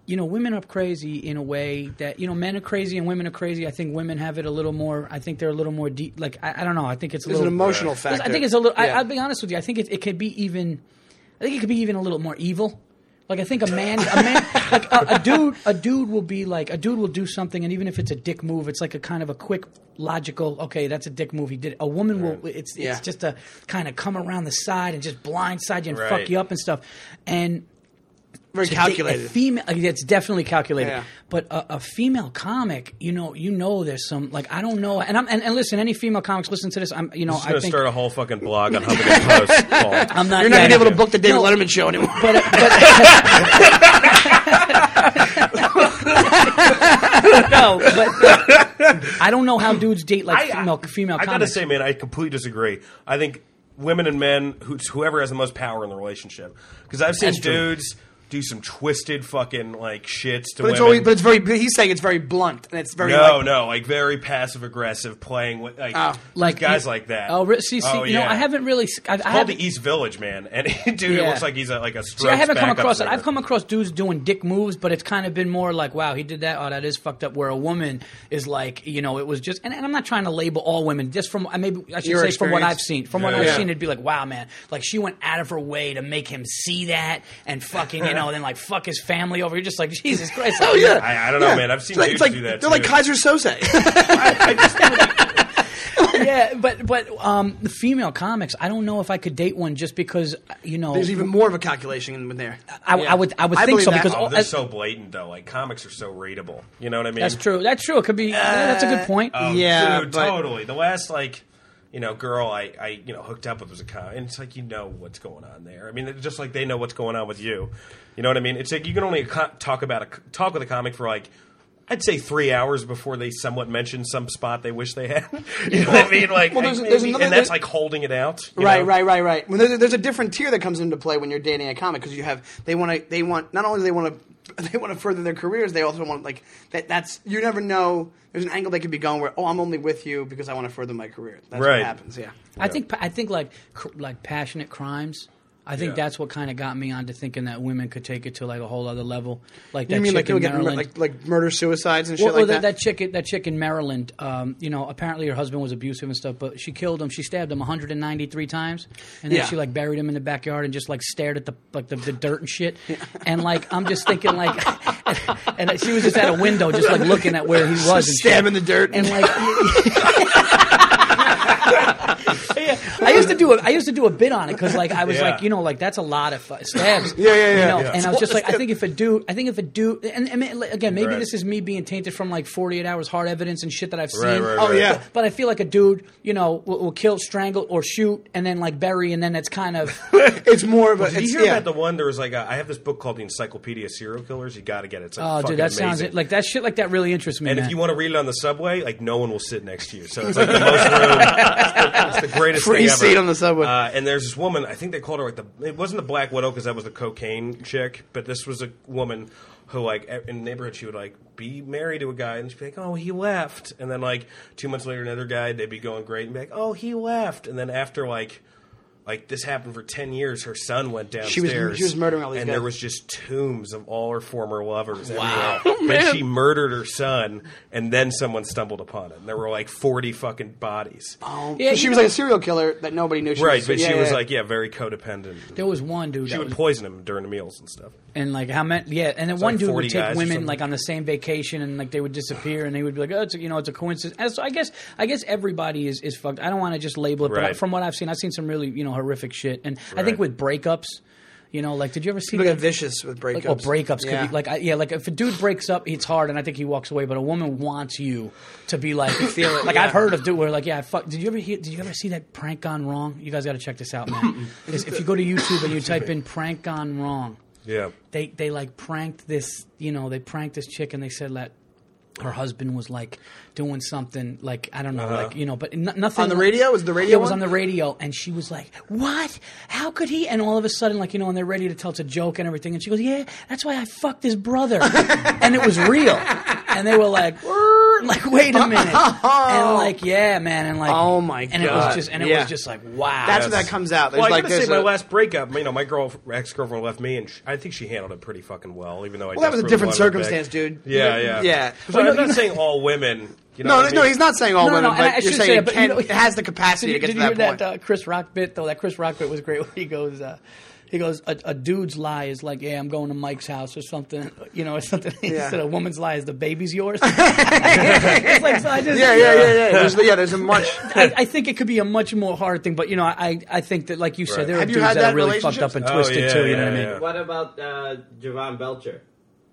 Speaker 5: you know, women are crazy in a way that you know, men are crazy and women are crazy. I think women have it a little more. I think they're a little more deep. Like, I, I don't know. I think it's a
Speaker 3: There's an
Speaker 5: little
Speaker 3: emotional
Speaker 5: Listen,
Speaker 3: factor.
Speaker 5: I think it's a little. I,
Speaker 3: Yeah.
Speaker 5: I'll be honest with you. I think it, it could be even. I think it could be even a little more evil. Like I think a man,
Speaker 3: <laughs>
Speaker 5: a man, like a, a dude, a dude will be like a dude will do something, and even if it's a dick move, it's like a kind of a quick, logical. Okay, that's a dick move. He did. it. A woman will. It's
Speaker 3: Yeah.
Speaker 5: it's just a kind of come around the side and just blindside you and
Speaker 4: Right.
Speaker 5: fuck you up and stuff. And
Speaker 3: very
Speaker 5: to date A
Speaker 3: calculated.
Speaker 5: female, like, it's definitely calculated.
Speaker 3: Yeah.
Speaker 5: But a, a female comic, you know, you know, there's some like I don't know, and I'm and, and listen, any female comics listen to this. I'm, you know,
Speaker 4: I'm
Speaker 5: I
Speaker 4: going to
Speaker 5: think
Speaker 4: start a whole fucking blog
Speaker 5: <laughs>
Speaker 4: on Huffington Post. Paul.
Speaker 5: I'm not.
Speaker 3: You're not gonna
Speaker 5: yeah,
Speaker 3: be able
Speaker 5: yeah.
Speaker 3: to book the David
Speaker 5: No.
Speaker 3: Letterman show anymore.
Speaker 5: But, but <laughs> no, but I don't know how dudes date like female female
Speaker 4: I gotta
Speaker 5: comics.
Speaker 4: say, man, I completely disagree. I think women and men, who, whoever has the most power in the relationship, because I've seen
Speaker 5: That's true.
Speaker 4: dudes do some twisted fucking like shits to
Speaker 3: But
Speaker 4: women.
Speaker 3: it's always, but it's very. He's saying it's very blunt and it's very.
Speaker 4: no,
Speaker 3: like,
Speaker 4: no, like very passive aggressive, playing with like,
Speaker 3: Oh.
Speaker 5: Ah, like
Speaker 4: guys
Speaker 5: you-
Speaker 4: like that.
Speaker 5: Oh, re- see, see,
Speaker 4: Oh,
Speaker 5: you know,
Speaker 4: yeah.
Speaker 5: I haven't really. I, I
Speaker 4: It's called
Speaker 5: haven't-
Speaker 4: the East Village, man, and <laughs> dude, it
Speaker 5: Yeah.
Speaker 4: looks like he's a, like a.
Speaker 5: See, I haven't come
Speaker 4: Strokes
Speaker 5: across it.
Speaker 4: backup
Speaker 5: I've come across dudes doing dick moves, but it's kind of been more like, wow, he did that. Oh, that is fucked up. Where a woman is like, you know, it was just. And, and I'm not trying to label all women. Just from I maybe I should
Speaker 3: Your
Speaker 5: say from what
Speaker 3: experience.
Speaker 5: I've seen. From what
Speaker 4: Yeah.
Speaker 5: I've
Speaker 4: Yeah.
Speaker 5: seen, it'd be like, wow, man, like she went out of her way to make him see that and fucking, you know, then like fuck his family over. You're just like, Jesus Christ.
Speaker 3: <laughs> Oh yeah.
Speaker 4: I- I don't know, man. I've seen
Speaker 3: It's like,
Speaker 4: dudes
Speaker 3: it's like-
Speaker 4: do that,
Speaker 3: They're like
Speaker 4: too.
Speaker 3: Kaiser Soze.
Speaker 5: yeah, but but um, the female comics, I don't know if I could date one just because you know
Speaker 3: There's even more of a calculation in there.
Speaker 5: I, I would I would think
Speaker 3: believe
Speaker 5: so
Speaker 3: that.
Speaker 4: <laughs>
Speaker 5: because
Speaker 4: Oh,
Speaker 5: all,
Speaker 4: they're so blatant though. Like comics are so readable. You know what I mean?
Speaker 5: that's true. That's true. It could be. yeah, that's a good point.
Speaker 3: Uh,
Speaker 4: Oh,
Speaker 3: Yeah,
Speaker 4: dude,
Speaker 3: but-
Speaker 4: totally. The last like, you know, girl I, I you know hooked up with was a con, and it's like you know what's going on there. I mean, it's just like they know what's going on with you. You know what I mean? It's like you can only co- talk about a c talk with a comic for like. I'd say three hours before they somewhat mention some spot they wish they had. <laughs> you know what I mean? Like,
Speaker 3: Well, there's- there's
Speaker 4: maybe-
Speaker 3: another-
Speaker 4: and that's
Speaker 3: there-
Speaker 4: like holding it out. you
Speaker 3: Right,
Speaker 4: know?
Speaker 3: right, right, right. When there's, there's a different tier that comes into play when you're dating a comic because you have they want to they want not only do they want to <laughs> they want to further their careers they also want like that that's you never know there's an angle they could be going where oh I'm only with you because I want to further my career that's
Speaker 4: Right.
Speaker 3: what happens yeah
Speaker 5: I think I think like cr- like passionate crimes. I think
Speaker 4: Yeah.
Speaker 5: that's what kind of got me onto thinking that women could take it to like a whole other level. Like that
Speaker 3: you mean
Speaker 5: chick
Speaker 3: like people
Speaker 5: in
Speaker 3: get mur-
Speaker 5: Maryland.
Speaker 3: like like murder suicides and shit
Speaker 5: well,
Speaker 3: like
Speaker 5: well, that,
Speaker 3: that,
Speaker 5: that chick, that chick in Maryland, um, you know, apparently her husband was abusive and stuff, but she killed him. She stabbed him 193 times, and then
Speaker 3: Yeah.
Speaker 5: she like buried him in the backyard and just like stared at the like the, the dirt and shit. And like I'm just thinking like, <laughs> and she was just at a window, just like looking at where he was, and
Speaker 3: <laughs>
Speaker 5: shit.
Speaker 3: stab in the dirt
Speaker 5: and like. <laughs> Yeah. I used to do a, I used to do a bit on it because like I was
Speaker 4: Yeah.
Speaker 5: like you know like that's a lot of fu- stabs.
Speaker 3: <laughs> Yeah, yeah, yeah.
Speaker 5: You know?
Speaker 3: Yeah.
Speaker 5: And I was just like I think if a dude I think if a dude and, and ma- again maybe
Speaker 4: Right.
Speaker 5: this is me being tainted from like 48 hours hard evidence and shit that I've seen.
Speaker 4: Right, right,
Speaker 3: Oh,
Speaker 4: right.
Speaker 3: yeah.
Speaker 5: But I feel like a dude you know will, will kill, strangle, or shoot and then like bury and then it's
Speaker 4: <laughs>
Speaker 5: kind of
Speaker 3: it's more of a
Speaker 4: Did
Speaker 3: it's,
Speaker 4: you hear
Speaker 3: yeah.
Speaker 4: about the one? There was like a, I have this book called the Encyclopedia of Serial Killers. You got to get it. It's like
Speaker 5: oh
Speaker 4: fucking
Speaker 5: dude that
Speaker 4: amazing.
Speaker 5: sounds like that shit like that really interests me.
Speaker 4: And
Speaker 5: man.
Speaker 4: if you want to read it on the subway, like no one will sit next to you. So it's like the most room. It's the, it's the greatest
Speaker 3: Free
Speaker 4: thing ever.
Speaker 3: seat on the subway.
Speaker 4: Uh, and there's this woman. I think they called her like the. It wasn't the Black Widow because that was the cocaine chick, but this was a woman who like e- in the neighborhood she would like be married to a guy and she'd be like, oh, he left, and then like two months later another guy they'd be going great and be like, oh, he left, and then after like. Like this happened for ten years. Her son went downstairs.
Speaker 3: was- she was murdering all these
Speaker 4: and
Speaker 3: guys.
Speaker 4: there was just tombs of all her former lovers. <laughs> Wow, and she murdered her son, and then someone stumbled upon it. And there were like forty fucking bodies.
Speaker 5: Yeah,
Speaker 3: so she
Speaker 5: you
Speaker 3: was
Speaker 5: know-
Speaker 3: like a serial killer that nobody knew she
Speaker 4: Right,
Speaker 3: was
Speaker 4: but
Speaker 3: Oh, yeah,
Speaker 4: she was
Speaker 3: yeah.
Speaker 4: like, yeah, very codependent.
Speaker 5: there was one dude
Speaker 4: She
Speaker 5: that
Speaker 4: would
Speaker 5: was
Speaker 4: poison him during the meals and stuff.
Speaker 5: and like how many? Yeah, and then one
Speaker 4: like
Speaker 5: dude
Speaker 4: 40
Speaker 5: would take
Speaker 4: guys or
Speaker 5: women
Speaker 4: something.
Speaker 5: like on the same vacation, and like they would disappear, and they would be like, oh, it's a, you know, it's a coincidence. And so I guess I guess everybody is is fucked. I don't want to just label it, but I-
Speaker 4: Right.
Speaker 5: from what I've seen, I've seen some really you know horrific shit, and I
Speaker 4: Right.
Speaker 5: think with breakups, you know, like did you ever see
Speaker 3: People get
Speaker 5: that-
Speaker 3: vicious with breakups
Speaker 5: Like, or breakups could
Speaker 3: Yeah.
Speaker 5: be like I, yeah, like if a dude breaks up, it's hard, and I think he walks away. But a woman wants you to be like,
Speaker 3: it,
Speaker 5: like
Speaker 3: yeah.
Speaker 5: I've heard of dude where like yeah, I fuck. Did you ever hear? Did you ever see
Speaker 3: <laughs>
Speaker 5: that prank gone wrong? You guys got to check this out, man. 'Cause if you go to YouTube and you type in prank gone wrong.
Speaker 4: Yeah.
Speaker 5: they they like pranked this you know they pranked this chick and they said that her husband was like doing something like I don't know like you know but n- nothing
Speaker 3: Uh-huh. On the radio? Was it the radio
Speaker 5: Yeah, it was
Speaker 3: one?
Speaker 5: on the radio and she was like what how could he and all of a sudden like you know and they're ready to tell it's a joke and everything and she goes yeah that's why I fucked his
Speaker 3: <laughs>
Speaker 5: brother and it was real and they were like "Word," like wait
Speaker 3: <laughs>
Speaker 5: a minute and like yeah man and like
Speaker 3: Oh, my
Speaker 5: and it
Speaker 3: God.
Speaker 5: was just and it
Speaker 3: Yeah.
Speaker 5: was just like wow
Speaker 3: That's when that comes out. There's
Speaker 4: Well, I
Speaker 3: like
Speaker 4: gotta
Speaker 3: there's
Speaker 4: say, my
Speaker 3: a-
Speaker 4: last breakup, you know, my girl, ex girlfriend left me, and sh I think she handled it pretty fucking well, even though I.
Speaker 3: Well, that was a
Speaker 4: desperately
Speaker 3: different
Speaker 4: wanted her
Speaker 3: circumstance,
Speaker 4: back.
Speaker 3: dude.
Speaker 4: Yeah, yeah,
Speaker 3: Yeah. Yeah.
Speaker 4: So I'm not saying all women. You know
Speaker 3: No,
Speaker 4: what
Speaker 3: no,
Speaker 4: I
Speaker 3: no,
Speaker 4: mean?
Speaker 3: he's not saying all
Speaker 5: No, no,
Speaker 3: women,
Speaker 5: no, and
Speaker 3: Oh, but
Speaker 5: I
Speaker 3: you're
Speaker 5: should say,
Speaker 3: saying
Speaker 5: but
Speaker 3: it, can,
Speaker 5: you know-
Speaker 3: it has the capacity
Speaker 5: Did you,
Speaker 3: to get
Speaker 5: did
Speaker 3: to
Speaker 5: you
Speaker 3: that
Speaker 5: hear
Speaker 3: point.
Speaker 5: that uh, Chris Rock bit though? That Chris Rock bit was great. Where he goes, uh, he goes, a, a dude's lie is like, yeah, I'm going to Mike's house or something, <laughs> you know, or something. He
Speaker 3: Yeah.
Speaker 5: said a woman's lie is the baby's
Speaker 3: <laughs>
Speaker 5: yours. <laughs> it's like, so I just,
Speaker 3: yeah, yeah, yeah, yeah. There's, yeah, there's a
Speaker 5: <laughs>
Speaker 3: much.
Speaker 5: I, I think it could be a much more hard thing, but you know, I, I think that like you said,
Speaker 4: Right.
Speaker 5: there are
Speaker 3: Have you
Speaker 5: dudes
Speaker 3: had
Speaker 5: that
Speaker 3: that
Speaker 5: are really fucked
Speaker 3: relationships?
Speaker 5: up and
Speaker 4: Oh,
Speaker 5: twisted
Speaker 4: yeah,
Speaker 5: too. You know
Speaker 4: yeah,
Speaker 5: what I mean?
Speaker 4: yeah.
Speaker 6: What about uh, Javon Belcher,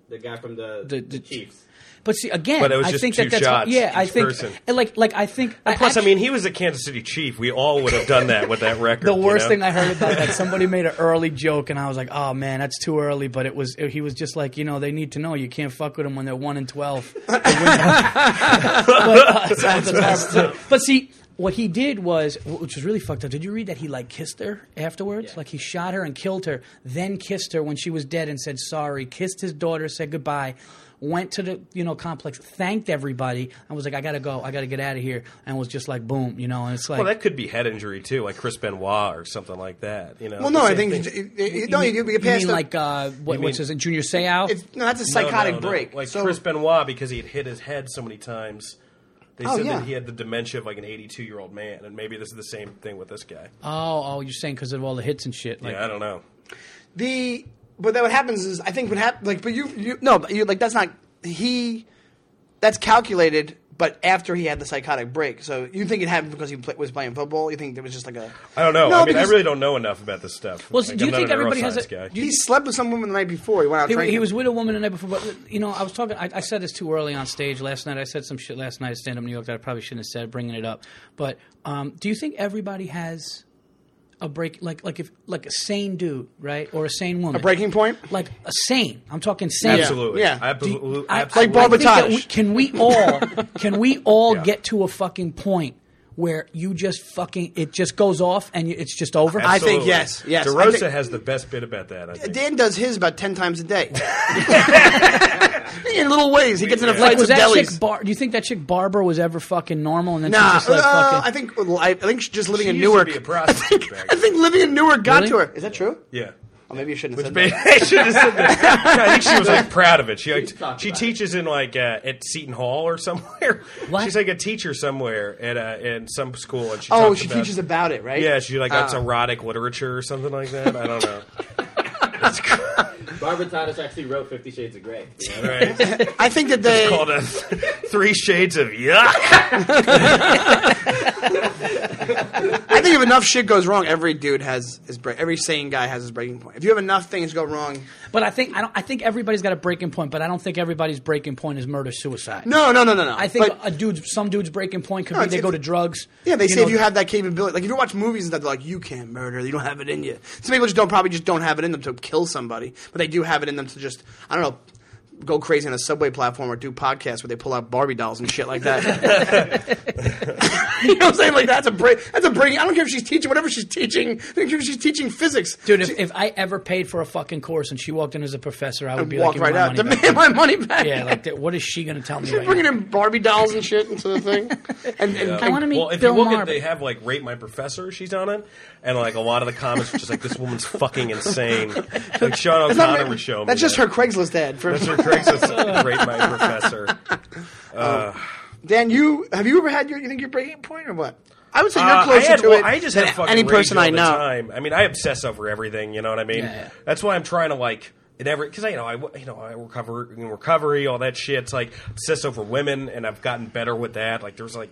Speaker 6: the guy from the,
Speaker 5: The-
Speaker 6: the,
Speaker 5: the-
Speaker 6: Chiefs?
Speaker 5: But see, again,
Speaker 4: But it was
Speaker 5: I
Speaker 4: just
Speaker 5: think
Speaker 4: two
Speaker 5: that that's
Speaker 4: shots
Speaker 5: yeah. I
Speaker 4: each
Speaker 5: think
Speaker 4: person.
Speaker 5: and, like like I think
Speaker 4: Plus, I
Speaker 5: actually-
Speaker 4: mean, he was a Kansas City Chief. We all would have done that with
Speaker 3: <laughs>
Speaker 4: that record.
Speaker 5: The worst
Speaker 4: you know?
Speaker 5: thing I heard
Speaker 4: <laughs>
Speaker 5: about that somebody made an early joke, and I was like, "Oh man, that's too early." But it was he was just like, you know, they need to know you can't fuck with them when they're one and twelve. They win. <laughs> but, uh, but see, what he did was, which was really fucked up. Did you read that he like kissed her afterwards? Like he shot her and killed her, then kissed her when she was dead and said sorry. Kissed his daughter, said goodbye. Went to the you know complex, thanked everybody, and was like, "I gotta go, I gotta get out of here," and was just like, "Boom," you know. And it's like,
Speaker 4: Well, that could be head injury too, like Chris Benoit or something like that. You know.
Speaker 3: Well, no,
Speaker 4: The
Speaker 3: I
Speaker 4: same
Speaker 3: think
Speaker 4: thing.
Speaker 3: it, it, it, no, you, get past
Speaker 5: mean
Speaker 3: the,
Speaker 5: like uh, what,
Speaker 4: mean-
Speaker 5: what's his Junior Seau?
Speaker 3: it's, no, that's a
Speaker 4: No, no,
Speaker 3: psychotic
Speaker 4: no.
Speaker 3: break.
Speaker 4: Like
Speaker 3: so,
Speaker 4: Chris Benoit because he had hit his head so many times. They
Speaker 3: Oh,
Speaker 4: said
Speaker 3: yeah.
Speaker 4: that he had the dementia of like an 82 year old man, and maybe this is the same thing with this guy.
Speaker 5: oh, oh, you're saying because of all the hits and shit. Like,
Speaker 4: yeah, I don't know.
Speaker 3: the but that what happens is I think what happens like but you you no but you like that's not he that's calculated but after he had the psychotic break so you think it happened because he play, was playing football you think it was just like a
Speaker 4: I don't know.
Speaker 3: No,
Speaker 4: I mean,
Speaker 3: because-
Speaker 4: I really don't know enough about this stuff.
Speaker 5: Well,
Speaker 4: Like,
Speaker 5: do you
Speaker 4: I'm not
Speaker 5: think
Speaker 4: a
Speaker 5: everybody has
Speaker 4: neuroscience
Speaker 5: a-
Speaker 4: guy.
Speaker 5: do you-
Speaker 3: he slept with some woman the night before he went out
Speaker 5: He,
Speaker 3: drinking
Speaker 5: he was with a woman the night before, but you know, I was talking. I, I said this too early on stage last night. I said some shit last night at Stand Up New York that I probably shouldn't have said, bringing it up. But um, do you think everybody has a break? Like, like if like a sane dude, right, or a sane woman,
Speaker 3: a breaking point
Speaker 5: like a sane. I'm talking sane.
Speaker 4: Absolutely.
Speaker 3: Yeah.
Speaker 4: I
Speaker 5: Do you-
Speaker 4: absolu-
Speaker 5: I-
Speaker 4: absolutely.
Speaker 3: Like Barbara
Speaker 5: I think that
Speaker 3: Taj.
Speaker 5: we- Can we
Speaker 4: <laughs>
Speaker 5: all can we all
Speaker 4: Yeah.
Speaker 5: get to a fucking point where you just fucking it just goes off and you, it's just over?
Speaker 3: I think
Speaker 4: Absolutely.
Speaker 3: yes, yes. I
Speaker 4: DeRosa
Speaker 3: think-
Speaker 4: has the best bit about that. I think.
Speaker 3: Dan does his about ten times a day <laughs> in little ways he gets into
Speaker 4: Yeah.
Speaker 5: like
Speaker 3: fights
Speaker 5: was
Speaker 3: with
Speaker 5: that
Speaker 3: delis
Speaker 5: chick Bar- Do you think that chick Barbara was ever fucking normal and then
Speaker 3: Nah,
Speaker 5: she just like
Speaker 3: uh,
Speaker 5: fucking?
Speaker 3: I think I think she's just living
Speaker 4: She
Speaker 3: in
Speaker 4: used to
Speaker 3: Newark.
Speaker 4: be a
Speaker 3: <laughs> I
Speaker 4: prostitute
Speaker 3: think,
Speaker 4: back
Speaker 3: I think living in Newark got
Speaker 5: Really?
Speaker 3: to her. Is that true?
Speaker 4: Yeah.
Speaker 3: Oh, maybe you shouldn't have said that.
Speaker 4: I should have said
Speaker 3: <laughs>
Speaker 4: that. I think she was like proud of it. She like,
Speaker 6: talked
Speaker 4: she
Speaker 6: about
Speaker 4: teaches in like uh, at Seton Hall or somewhere.
Speaker 5: What?
Speaker 4: She's like a teacher somewhere at uh, in some school, and she
Speaker 3: Oh,
Speaker 4: talks
Speaker 3: she
Speaker 4: about,
Speaker 3: teaches about it, right?
Speaker 4: Yeah, she like that's
Speaker 3: Ah.
Speaker 4: erotic literature or something like that. I don't know. <laughs>
Speaker 6: Barbara Titus actually wrote Fifty Shades of Grey. you know?
Speaker 4: Right.
Speaker 3: I
Speaker 4: <laughs>
Speaker 3: think that they.
Speaker 4: Called a Three Shades of
Speaker 3: <laughs>
Speaker 4: Yuck.
Speaker 3: I think if enough shit goes wrong, every dude has his break. Every sane guy has his breaking point. If you have enough things go wrong,
Speaker 5: but I think I don't. I think everybody's got a breaking point, but I don't think everybody's breaking point is murder suicide.
Speaker 3: no, no, no, no, no.
Speaker 5: I think
Speaker 3: But,
Speaker 5: a dude's some dude's breaking point could
Speaker 3: No,
Speaker 5: be they
Speaker 3: it's-
Speaker 5: go to
Speaker 3: it's-
Speaker 5: drugs.
Speaker 3: yeah, they say
Speaker 5: know,
Speaker 3: if you have that capability, like if you watch movies and stuff, they're like, you can't murder, you don't have it in you. Some people just don't probably just don't have it in them to kill somebody, but they do have it in them to just I don't know. Go crazy on a subway platform or do podcasts where they pull out Barbie dolls and shit like
Speaker 5: <laughs>
Speaker 3: that. <laughs> you know what I'm saying? Like that's a break. That's a break. I don't care if she's teaching whatever she's teaching. I don't care if she's teaching physics.
Speaker 5: Dude, if, if I ever paid for a fucking course and she walked in as a professor, I would be
Speaker 3: walk
Speaker 5: like, "Give me
Speaker 3: right
Speaker 5: my
Speaker 3: out. Demand
Speaker 5: money back."
Speaker 3: my money back.
Speaker 5: Yeah, like that, what is she going to tell me?
Speaker 3: They're <laughs>
Speaker 5: right
Speaker 3: bringing
Speaker 5: now?
Speaker 3: in Barbie dolls and shit into the
Speaker 5: <laughs>
Speaker 3: thing. And, and,
Speaker 5: I wanna meet
Speaker 4: well, if
Speaker 5: Bill
Speaker 4: you look
Speaker 5: Maher.
Speaker 4: at they have like rate my professor, she's on it, and like a lot of the comments are just like this woman's fucking insane.
Speaker 3: <laughs>
Speaker 4: Like Sean
Speaker 3: That's not
Speaker 4: O'Connor
Speaker 3: me-
Speaker 4: would show me.
Speaker 3: That's just
Speaker 4: that.
Speaker 3: her Craigslist ad. For, <laughs>
Speaker 4: That's her Craigslist rate my professor.
Speaker 3: Dan, you have you ever had your you think you're breaking point or what? I would say you're
Speaker 4: Uh, I,
Speaker 3: closer
Speaker 4: had,
Speaker 3: to
Speaker 4: well,
Speaker 3: it
Speaker 4: I just
Speaker 3: than
Speaker 4: have fucking
Speaker 3: any
Speaker 4: rage
Speaker 3: person
Speaker 4: all
Speaker 3: I
Speaker 4: the
Speaker 3: know.
Speaker 4: Time. I mean, I obsess over everything. You know what I mean?
Speaker 5: Yeah, yeah.
Speaker 4: That's why I'm trying to like in every because I you know I w- you know I recover in recovery all that shit. It's like obsess over women, and I've gotten better with that. Like there's like.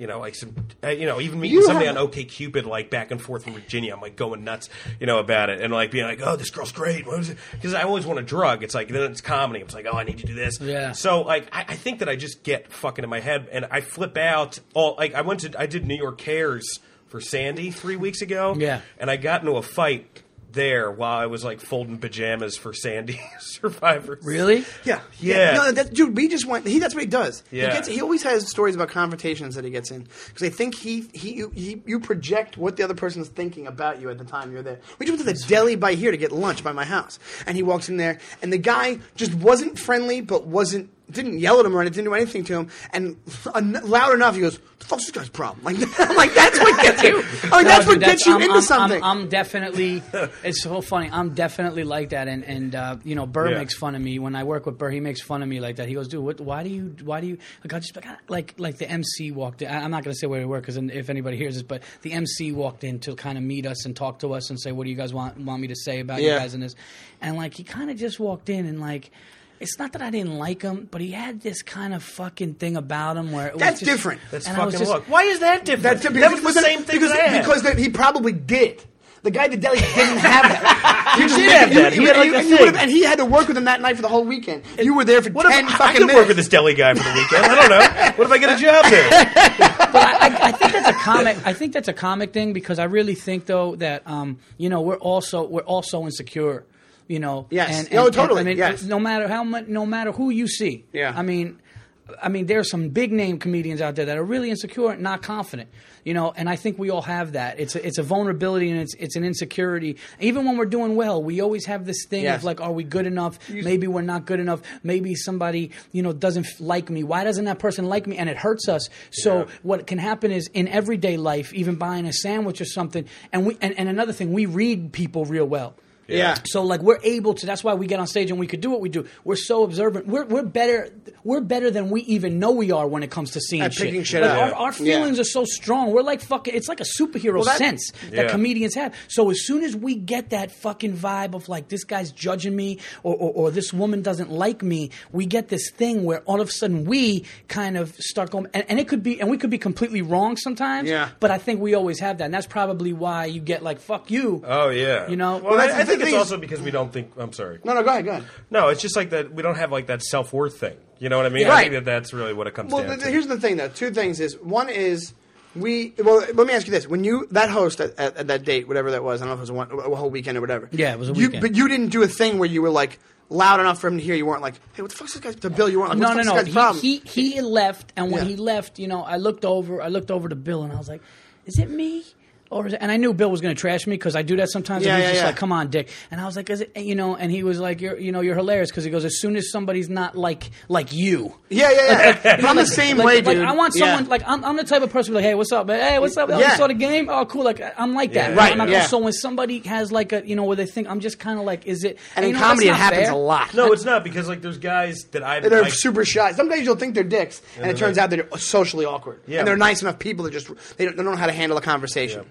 Speaker 4: You know, like some, uh, you know, even meeting
Speaker 3: You
Speaker 4: somebody
Speaker 3: have-
Speaker 4: on OK Cupid, like back and forth from Virginia, I'm like going nuts, you know, about it, and like being like, oh, this girl's great, because I always want a drug. It's like then it's comedy. It's like, oh, I need to do this.
Speaker 5: Yeah.
Speaker 4: So so like I, I think that I just get fucking in my head and I flip out all like I went to I did New York Cares for Sandy three weeks ago.
Speaker 5: Yeah.
Speaker 4: And I got into a fight there while I was like folding pajamas for Sandy <laughs> Survivors.
Speaker 5: Really?
Speaker 3: Yeah,
Speaker 4: Yeah.
Speaker 3: No, that, dude, we just went. He that's what he does.
Speaker 4: Yeah.
Speaker 3: He gets. He always has stories about confrontations that he gets in because I think he he, you- he you project what the other person's thinking about you at the time you're there. We just went to the deli by here to get lunch by my house, and he walks in there, and the guy just wasn't friendly, but wasn't. Didn't yell at him or didn't do anything to him, and en- loud enough he goes, "The fuck's this guy's problem?" Like, <laughs> I'm like that's what gets
Speaker 5: <laughs>
Speaker 3: you. I'm like,
Speaker 5: No,
Speaker 3: that's
Speaker 5: dude,
Speaker 3: what gets you
Speaker 5: I'm-
Speaker 3: into
Speaker 5: I'm,
Speaker 3: something.
Speaker 5: I'm, I'm definitely. It's so funny. I'm definitely like that, and and uh, you know, Burr
Speaker 4: Yeah.
Speaker 5: makes fun of me when I work with Burr. He makes fun of me like that. He goes, "Dude, what? Why do you? Why do you?" Like I just like, I- like like the MC walked. in. I, I'm not going to say where we were because if anybody hears this, but the MC walked in to kind of meet us and talk to us and say, "What do you guys want want me to say about you
Speaker 3: Yeah.
Speaker 5: guys and this?" And like he kind of just walked in and like. It's not that I didn't like him, but he had this kind of fucking thing about him where it was
Speaker 3: That's
Speaker 5: just-
Speaker 3: different.
Speaker 4: That's
Speaker 5: and I was
Speaker 4: fucking
Speaker 5: just-
Speaker 4: look. Why is that different?
Speaker 3: That's it,
Speaker 4: that was the
Speaker 3: because-
Speaker 4: same thing
Speaker 3: because,
Speaker 4: that I had.
Speaker 3: because that he probably did. The guy at the deli didn't have that. You
Speaker 4: did have that. <laughs> He had, like, a
Speaker 3: and, you
Speaker 4: thing.
Speaker 3: would've- and he had to work with him that night for the whole weekend. you were there for
Speaker 4: what if
Speaker 3: ten
Speaker 4: I, I
Speaker 3: fucking
Speaker 4: could
Speaker 3: minutes.
Speaker 4: work with this deli guy for the weekend? I don't know. What if I get a job
Speaker 3: <laughs>
Speaker 4: there?
Speaker 5: I, I- I think that's a comic. I think that's a comic thing because I really think though that um, you know we're also we're also insecure. You know.
Speaker 3: Yes. No, totally.
Speaker 5: I mean,
Speaker 3: Yes.
Speaker 5: No matter how much, no matter who you see.
Speaker 3: Yeah.
Speaker 5: I mean. I mean, there's some big name comedians out there that are really insecure and not confident, you know. And I think we all have that. It's a, it's a vulnerability and it's it's an insecurity. Even when we're doing well, we always have this thing
Speaker 3: Yes.
Speaker 5: of like, are we good enough? Maybe we're not good enough. Maybe somebody you know doesn't f- like me. Why doesn't that person like me? And it hurts us. So what can happen is in everyday life, even buying a sandwich or something, and we and, and another thing, we read people real well.
Speaker 3: Yeah.
Speaker 5: So like we're able to. That's why we get on stage and we could do what we do. We're so observant. We're we're better. We're better than we even know we are when it comes to seeing
Speaker 3: At
Speaker 5: shit.
Speaker 3: picking shit
Speaker 5: Like,
Speaker 3: up.
Speaker 5: Our,
Speaker 3: Yeah.
Speaker 5: our feelings
Speaker 3: Yeah.
Speaker 5: are so strong. We're like fucking. It's like a superhero
Speaker 3: Well, that-
Speaker 5: sense that
Speaker 4: Yeah.
Speaker 5: comedians have. So as soon as we get that fucking vibe of like this guy's judging me or, or or this woman doesn't like me, we get this thing where all of a sudden we kind of start going. And, and it could be and we could be completely wrong sometimes.
Speaker 3: Yeah.
Speaker 5: But I think we always have that, and that's probably why you get like fuck you.
Speaker 4: Oh yeah.
Speaker 5: You know?
Speaker 4: Well,
Speaker 5: Well,
Speaker 4: I,
Speaker 3: that's
Speaker 4: I
Speaker 3: the
Speaker 4: think
Speaker 3: thing
Speaker 4: it's
Speaker 3: is-
Speaker 4: also because we don't think. I'm sorry.
Speaker 3: no, no, go ahead, go ahead.
Speaker 4: No, it's just like that. We don't have like that self worth thing. You know what I mean? I
Speaker 3: Right.
Speaker 4: think that that's really what it comes
Speaker 3: Well,
Speaker 4: down
Speaker 3: th-
Speaker 4: to.
Speaker 3: th- here's the thing, though. Two things is one is we. Well, let me ask you this: when you that host at, at, at that date, whatever that was, I don't know if it was one, a whole weekend or whatever.
Speaker 5: Yeah, it was a
Speaker 3: You-
Speaker 5: weekend.
Speaker 3: but you didn't do a thing where you were like loud enough for him to hear. You weren't like, "Hey, what the fuck's this guy's to Bill?" You weren't like,
Speaker 5: no,
Speaker 3: "What
Speaker 5: no,
Speaker 3: the fuck's
Speaker 5: no.
Speaker 3: this guy's problem?"
Speaker 5: He, he he left, and when
Speaker 3: Yeah.
Speaker 5: he left, you know, I looked over, I looked over to Bill, and I was like, "Is it me?" Or is it, and I knew Bill was going to trash me because I do that sometimes.
Speaker 3: Yeah,
Speaker 5: and he's
Speaker 3: yeah,
Speaker 5: just
Speaker 3: yeah.
Speaker 5: like, "Come on, Dick," and I was like, "Is it?" You know, and he was like, "You're you know you're hilarious," because he goes, "As soon as somebody's not like like you."
Speaker 3: yeah, yeah,
Speaker 4: <laughs>
Speaker 3: yeah. But I'm the same
Speaker 5: Like,
Speaker 3: way,
Speaker 5: like,
Speaker 3: dude.
Speaker 5: I want
Speaker 3: Yeah.
Speaker 5: someone like I'm, I'm the type of person like, hey, what's up? man? Hey, what's up? Oh, you
Speaker 3: Yeah.
Speaker 5: saw the game? Oh, cool. Like I'm like that.
Speaker 4: Yeah.
Speaker 3: Right,
Speaker 5: I'm not-
Speaker 3: yeah.
Speaker 5: So when somebody has like a you know where they think I'm just kind of like, is it?
Speaker 3: And
Speaker 5: you
Speaker 3: in
Speaker 5: know,
Speaker 3: comedy, it
Speaker 5: that's not
Speaker 3: happens
Speaker 5: fair.
Speaker 3: a lot.
Speaker 4: no, it's not because like there's guys that I
Speaker 3: They're
Speaker 4: like,
Speaker 3: super shy. Some guys you'll think they're dicks, and, it
Speaker 4: they're
Speaker 3: turns
Speaker 4: like-
Speaker 3: out they're socially awkward.
Speaker 4: Yeah.
Speaker 3: And they're nice enough people that just they don't, they don't know how to handle a conversation.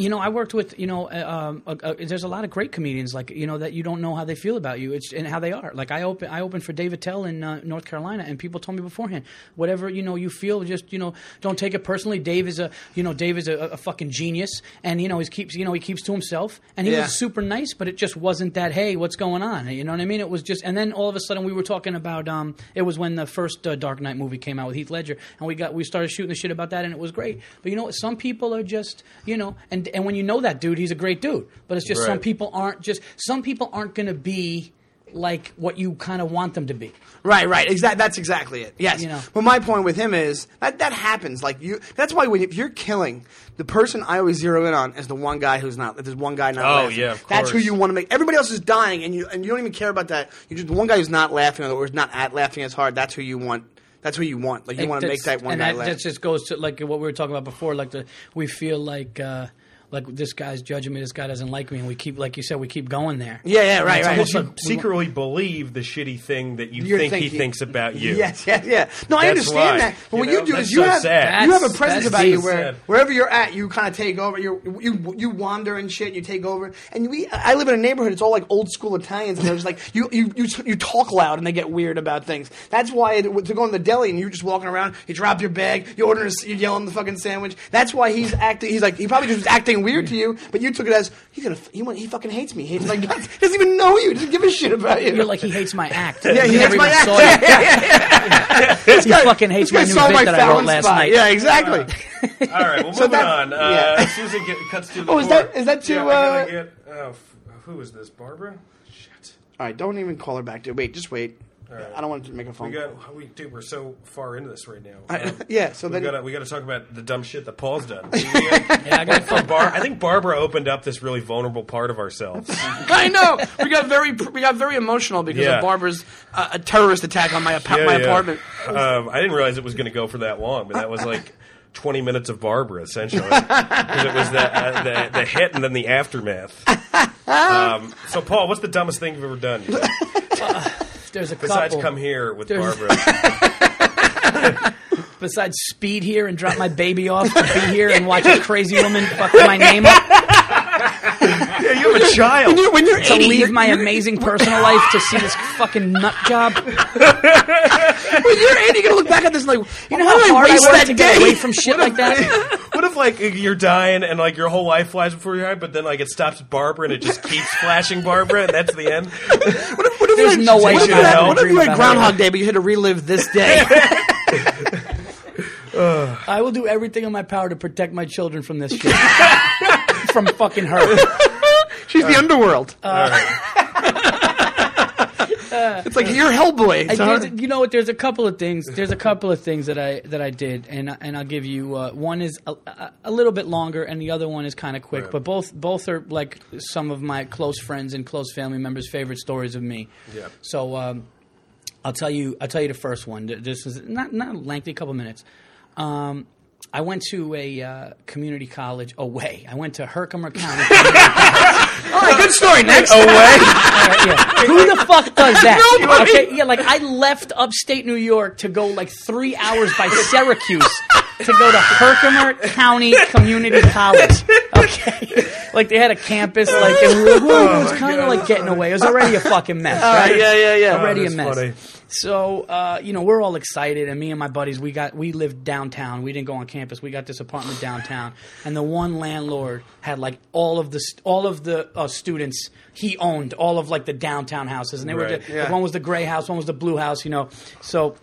Speaker 5: you know, I worked with you know, uh, um, uh, uh, there's a lot of great comedians like you know that you don't know how they feel about you it's, and how they are. Like I open, I opened for David Tell in uh, North Carolina, and people told me beforehand, whatever you know you feel, just you know, don't take it personally. Dave is a you know, Dave is a, a fucking genius, and you know he keeps you know he keeps to himself, and he
Speaker 3: Yeah.
Speaker 5: was super nice, but it just wasn't that. Hey, what's going on? You know what I mean? It was just, and then all of a sudden we were talking about um, it was when the first uh, Dark Knight movie came out with Heath Ledger, and we got we started shooting the shit about that, and it was great. But you know what? Some people are just you know, and and when you know that dude, he's a great dude. But it's just some
Speaker 4: Right.
Speaker 5: people aren't just some people aren't going to be like what you kind of want them to be.
Speaker 3: Right, right. Exactly. That's exactly it. Yes.
Speaker 5: You know.
Speaker 3: But my point with him is that that happens. Like you, that's why when if you're killing the person, I always zero in on is the one guy who's not. There's one guy not.
Speaker 4: Oh,
Speaker 3: laughing.
Speaker 4: yeah, of
Speaker 3: That's who
Speaker 4: course.
Speaker 3: you want to make. Everybody else is dying, and you and you don't even care about that. You just the one guy who's not laughing or is not at laughing as hard. That's who you want. That's who you want. Like you want to make
Speaker 5: That's-
Speaker 3: that one
Speaker 5: and
Speaker 3: guy
Speaker 5: that,
Speaker 3: laugh.
Speaker 5: That just goes to like what we were talking about before. Like the we feel like. uh like this guy's judging me. This guy doesn't like me, and we keep, like you said, we keep going there.
Speaker 3: yeah, yeah, right,
Speaker 5: It's
Speaker 3: right.
Speaker 5: almost
Speaker 4: you
Speaker 5: like-
Speaker 4: secretly believe the shitty thing that you
Speaker 3: You're
Speaker 4: think he
Speaker 3: thinking-
Speaker 4: thinks about you.
Speaker 3: Yes, yes, yeah. No, I
Speaker 4: That's why,
Speaker 3: understand that. But
Speaker 4: you
Speaker 3: what
Speaker 4: know?
Speaker 3: you do
Speaker 4: That's
Speaker 3: is you
Speaker 4: so
Speaker 3: have
Speaker 4: sad.
Speaker 3: you have a
Speaker 5: That's-
Speaker 3: presence
Speaker 5: that's
Speaker 3: about you
Speaker 5: deep.
Speaker 3: where
Speaker 4: Sad.
Speaker 3: wherever you're at, you kind of take over. You you you wander and shit. You take over. And we, I live in a neighborhood. It's all like old school Italians, and there's like <laughs> you you you you talk loud, and they get weird about things. That's why it, to go in the deli and you're just walking around. You drop your bag. You order. a- You yell on the fucking sandwich. That's why he's acting. He's like he probably just was acting weird to you, but you took it as he's gonna f- he, wa- he fucking hates me. He's like <laughs> doesn't even know you. Doesn't give a shit about you.
Speaker 5: You're like he hates my act.
Speaker 3: yeah, he hates
Speaker 5: never
Speaker 3: my
Speaker 5: even
Speaker 3: act.
Speaker 5: saw
Speaker 3: Yeah, <laughs>
Speaker 5: it.
Speaker 3: yeah, yeah, yeah.
Speaker 5: This guy fucking hates my
Speaker 3: This
Speaker 5: new
Speaker 3: guy saw
Speaker 5: bit that I
Speaker 3: Fallon
Speaker 5: wrote last
Speaker 3: spot.
Speaker 5: night.
Speaker 3: Yeah, exactly.
Speaker 4: All right. Well,
Speaker 3: So
Speaker 4: moving
Speaker 3: that-
Speaker 4: on. Uh,
Speaker 3: yeah.
Speaker 4: Susan get, cuts to the
Speaker 3: Oh, is
Speaker 4: door.
Speaker 3: that- is that too,
Speaker 4: Yeah, I gotta
Speaker 3: uh,
Speaker 4: get- oh, f- who is this, Barbara? Shit.
Speaker 3: <laughs> All right, don't even call her back, dude. Wait, just wait.
Speaker 4: right.
Speaker 3: I don't want to make a phone
Speaker 4: We
Speaker 3: call.
Speaker 4: got we dude, we're so far into this right now. Um,
Speaker 3: <laughs> yeah, so
Speaker 4: we
Speaker 3: then
Speaker 4: gotta we gotta talk about the dumb shit that Paul's done. <laughs> We, uh,
Speaker 5: Yeah, I got
Speaker 4: for
Speaker 3: <laughs>
Speaker 4: Bar- I think Barbara opened up this really vulnerable part of ourselves.
Speaker 3: I know we got very we got very emotional because
Speaker 4: Yeah.
Speaker 3: of Barbara's uh, a terrorist attack on my apa-
Speaker 4: Yeah,
Speaker 3: my
Speaker 4: yeah.
Speaker 3: apartment.
Speaker 4: Um, I didn't realize it was going to go for that long, but that was like <laughs> 20 minutes of Barbara, essentially. 'Cause it was the, uh, the, the hit and then the aftermath. Um, so, Paul, what's the dumbest thing you've ever
Speaker 5: <laughs>
Speaker 4: done?
Speaker 5: There's a
Speaker 4: Besides
Speaker 5: couple.
Speaker 4: come here with
Speaker 5: There's-
Speaker 4: Barbara.
Speaker 5: Besides speed here and
Speaker 3: <laughs>
Speaker 5: drop my baby off to be here and watch a crazy woman fuck my name up
Speaker 4: you have a child.
Speaker 3: When you're
Speaker 5: to
Speaker 3: 80,
Speaker 5: leave
Speaker 3: you're-
Speaker 5: my amazing personal life to see this fucking nut
Speaker 3: <laughs>
Speaker 5: job.
Speaker 3: when you're 80, you're gonna look back at this and like,
Speaker 5: You know how
Speaker 3: I
Speaker 5: hard I
Speaker 3: waste
Speaker 5: worked
Speaker 3: that
Speaker 5: to get
Speaker 3: day?
Speaker 5: away from shit
Speaker 3: <laughs>
Speaker 5: like that.
Speaker 4: What if, like, you're dying and, like, your whole life flies before your eyes, but then, like, it stops at Barbara and it just keeps flashing Barbara, and that's the end?
Speaker 3: What if
Speaker 5: There's
Speaker 3: you had-
Speaker 5: no way
Speaker 3: What if
Speaker 4: she
Speaker 3: you
Speaker 4: would
Speaker 3: had,
Speaker 4: know.
Speaker 3: what if
Speaker 5: Dream
Speaker 3: you had
Speaker 5: about
Speaker 3: Groundhog
Speaker 5: it.
Speaker 3: Day, but you had to relive this day?
Speaker 5: I will do everything in my power to protect my children from this
Speaker 3: <laughs>
Speaker 5: shit. from fucking her.
Speaker 3: <laughs> She's the underworld. <laughs> it's like you're Hellboy.
Speaker 5: I
Speaker 3: It's hard-
Speaker 5: did, you know what? There's a couple of things. There's a couple of things that I that I did, and I- and I'll give you uh, one is a, a, a little bit longer, and the other one is kind of quick. But both both are like some of my close friends and close family members' favorite stories of me.
Speaker 4: Yeah.
Speaker 5: So um, I'll tell you. I'll tell you the first one. Th- This is not not lengthy. Couple minutes. Um, I went to a uh, community college away. I went to Herkimer County. <laughs>
Speaker 3: All right, good story. Next.
Speaker 4: oh,
Speaker 5: Alright, yeah. Who the fuck does that?
Speaker 3: Nobody.
Speaker 5: Okay, yeah, like I left upstate New York to go like three hours by Syracuse to go to Herkimer County Community College. Okay, like they had a campus, like and we were, it was kind of like getting away. It was already a fucking mess. Right?
Speaker 3: yeah, yeah, yeah.
Speaker 5: Already a
Speaker 4: Oh, that's
Speaker 5: mess.
Speaker 4: funny.
Speaker 5: So uh, you know we're all excited, and me and my buddies we got we lived downtown. We didn't go on campus. We got this
Speaker 4: <laughs>
Speaker 5: apartment downtown, and the one landlord had like all of the st- all of the uh, students he owned all of like the downtown houses, and they were
Speaker 4: Right.
Speaker 5: just,
Speaker 3: Yeah.
Speaker 5: one was the gray house, one was the blue house. You know, so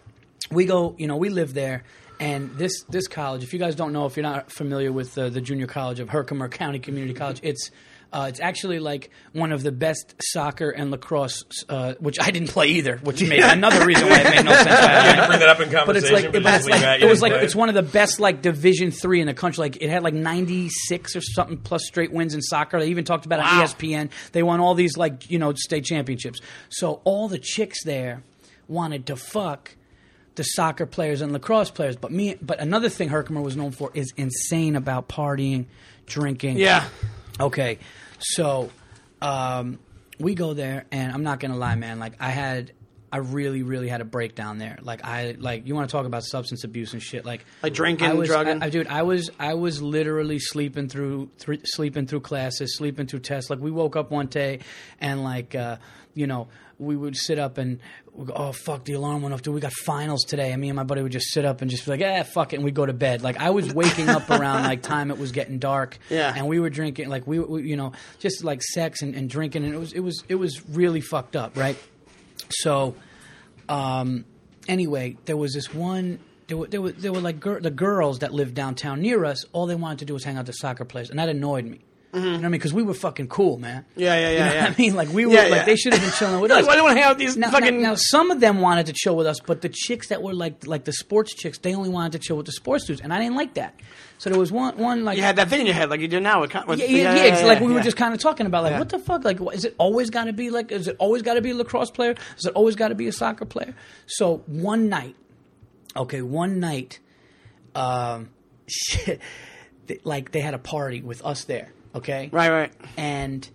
Speaker 5: we go. You know, we live there. And this this college, if you guys don't know, if you're not familiar with uh, the junior college of Herkimer County Community College, it's uh, it's actually like one of the best soccer and lacrosse, uh, which I didn't play either, which made another reason why it made no sense.
Speaker 4: I bring that up in
Speaker 5: but it's
Speaker 4: conversation,
Speaker 5: like,
Speaker 4: but
Speaker 5: it was
Speaker 4: just leave
Speaker 5: like,
Speaker 4: that.
Speaker 5: it was like it's one of the best like Division three in the country. Like it had like ninety six or something plus straight wins in soccer. They even talked about E it on ESPN. They won all these like you know state championships. So all the chicks there wanted to fuck the soccer players and lacrosse players. But me, but another thing Herkimer was known for is insane about partying, drinking.
Speaker 3: Yeah.
Speaker 5: Okay, so um, we go there, and I'm not gonna lie, man. Like I had, I really, really had a breakdown there. Like I, like you want to talk about substance abuse and shit. Like
Speaker 3: Like drinking,
Speaker 5: I was,
Speaker 3: drugging?
Speaker 5: I, I- dude, I was, I was literally sleeping through, thr- sleeping through classes, sleeping through tests. Like we woke up one day, and like, uh, you know, we would sit up and. we go, Oh fuck! The alarm went off, dude. We got finals today, and me and my buddy would just sit up and just be like, "Ah, fuck it," and we'd go to bed. Like I was waking up around like time it was getting dark,
Speaker 3: Yeah.
Speaker 5: and we were drinking like we, we you know just like sex and, and drinking and it was it was it was really fucked up right so um anyway there was this one there were, there were, there were like gir- the girls that lived downtown near us all they wanted to do was hang out at the soccer players and that annoyed me you know what i mean because we were fucking cool man
Speaker 3: Mm-hmm. Yeah, yeah,
Speaker 5: you
Speaker 3: yeah,
Speaker 5: know
Speaker 3: yeah.
Speaker 5: what i mean like we were
Speaker 3: Yeah,
Speaker 5: like
Speaker 3: yeah.
Speaker 5: they should have been
Speaker 3: <laughs>
Speaker 5: chilling with us
Speaker 3: Why do I want to have these
Speaker 5: now,
Speaker 3: fucking?
Speaker 5: now, now some of them wanted to chill with us, but the chicks that were like like the sports chicks, they only wanted to chill with the sports dudes, and I didn't like that. So there was one one like
Speaker 3: you had that thing in your head, like you do now. With, con- with,
Speaker 5: yeah, yeah, yeah, it's like we were
Speaker 3: yeah.
Speaker 5: just kind of talking about, like,
Speaker 3: Yeah.
Speaker 5: what the fuck? Like, wh- is it always got to be like? Is it always got to be a lacrosse player? Is it always got to be a soccer player? So one night, okay, one night, um, <laughs> shit, they- like they had a party with us there, okay,
Speaker 3: right, right.
Speaker 5: and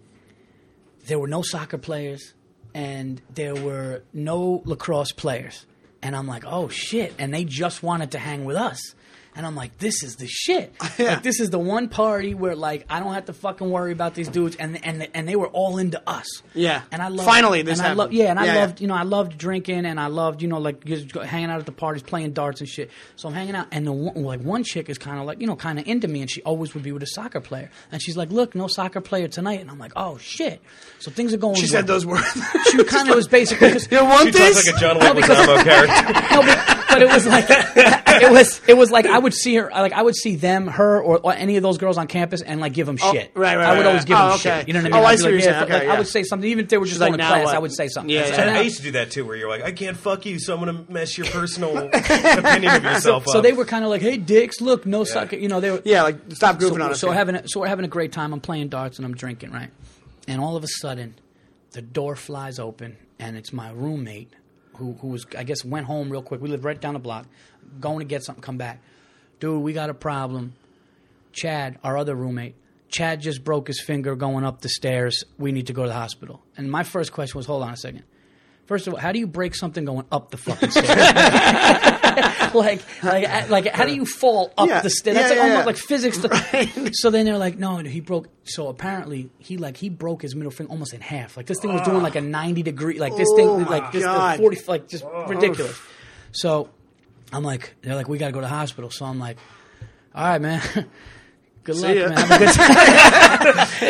Speaker 5: there were no soccer players and there were no lacrosse players. And I'm like, oh shit. And they just wanted to hang with us. And I'm like, this is
Speaker 3: <laughs>
Speaker 5: the shit.
Speaker 3: Yeah.
Speaker 5: Like, this is the one party where like I don't have to fucking worry about these dudes. And and and they were all into us.
Speaker 3: Yeah.
Speaker 5: And I loved
Speaker 3: Finally, this
Speaker 5: and I loved,
Speaker 3: happened.
Speaker 5: Yeah. And I
Speaker 3: Yeah, yeah.
Speaker 5: loved you know I loved drinking and I loved you know like just go- hanging out at the parties, playing darts and shit. So I'm hanging out, and the one, like one chick is kind of like you know kind of into me, and she always would be with a soccer player. And she's like, look, no soccer player tonight. And I'm like, oh shit. So things are going.
Speaker 3: She
Speaker 5: well
Speaker 3: said those words.
Speaker 5: <laughs> she
Speaker 7: <laughs>
Speaker 5: kind of was basically just,
Speaker 3: you want
Speaker 4: She talks
Speaker 5: <laughs>
Speaker 3: this?
Speaker 4: like a John
Speaker 5: No, because-
Speaker 4: Leguizamo character.
Speaker 5: no, but, but it was like <laughs> it was it was like I would see her, like I would see them, her, or, or any of those girls on campus, and like give them shit.
Speaker 7: Oh, right, right,
Speaker 5: I would
Speaker 7: right,
Speaker 5: always
Speaker 7: right.
Speaker 5: give
Speaker 7: Oh,
Speaker 5: them
Speaker 7: okay.
Speaker 5: shit. You know what I
Speaker 7: Oh,
Speaker 5: mean?
Speaker 7: I
Speaker 5: I'd be
Speaker 7: see
Speaker 5: like,
Speaker 7: what you're
Speaker 5: yeah,
Speaker 7: saying.
Speaker 5: fuck-
Speaker 7: Okay,
Speaker 5: like,
Speaker 7: yeah.
Speaker 5: I would say something, even if they were just
Speaker 7: like,
Speaker 5: going to
Speaker 7: "Now
Speaker 5: class.
Speaker 7: what?"
Speaker 5: I would say something.
Speaker 7: Yeah,
Speaker 5: So
Speaker 7: yeah.
Speaker 5: then
Speaker 4: I used to do that too, where you're like, I can't fuck you, so I'm gonna mess your
Speaker 5: <laughs>
Speaker 4: personal opinion of yourself up.
Speaker 5: So they were kind of like, "Hey, dicks, look, no suck." You know, they were.
Speaker 3: Yeah, like stop goofing
Speaker 5: so,
Speaker 3: on us.
Speaker 5: so we're having a, so we're having a great time. I'm playing darts and I'm drinking, right? And all of a sudden, the door flies open and it's my roommate who who was I guess went home real quick. We lived right down the block, going to get something, come back. Dude, we got a problem. Chad, our other roommate, Chad just broke his finger going up the stairs. We need to go to the hospital. And my first question was, hold on a second. First of all, how do you break something going up the fucking stairs? <laughs> like, like, like, how do you fall up
Speaker 3: Yeah.
Speaker 5: the stairs? That's
Speaker 3: Yeah,
Speaker 5: like
Speaker 3: yeah,
Speaker 5: almost
Speaker 3: yeah.
Speaker 5: like physics. to- So then they're like, no, he broke. So apparently, he like he broke his middle finger almost in half. Like this thing was doing like a ninety degree. Like this
Speaker 3: Oh,
Speaker 5: thing,
Speaker 3: my
Speaker 5: like this
Speaker 3: God. Oh.
Speaker 5: forty, like just ridiculous. So I'm like, they're like, we got to go to the hospital. So I'm like, all right, man. <laughs> Good luck,
Speaker 3: ya. <laughs>
Speaker 5: man. Have a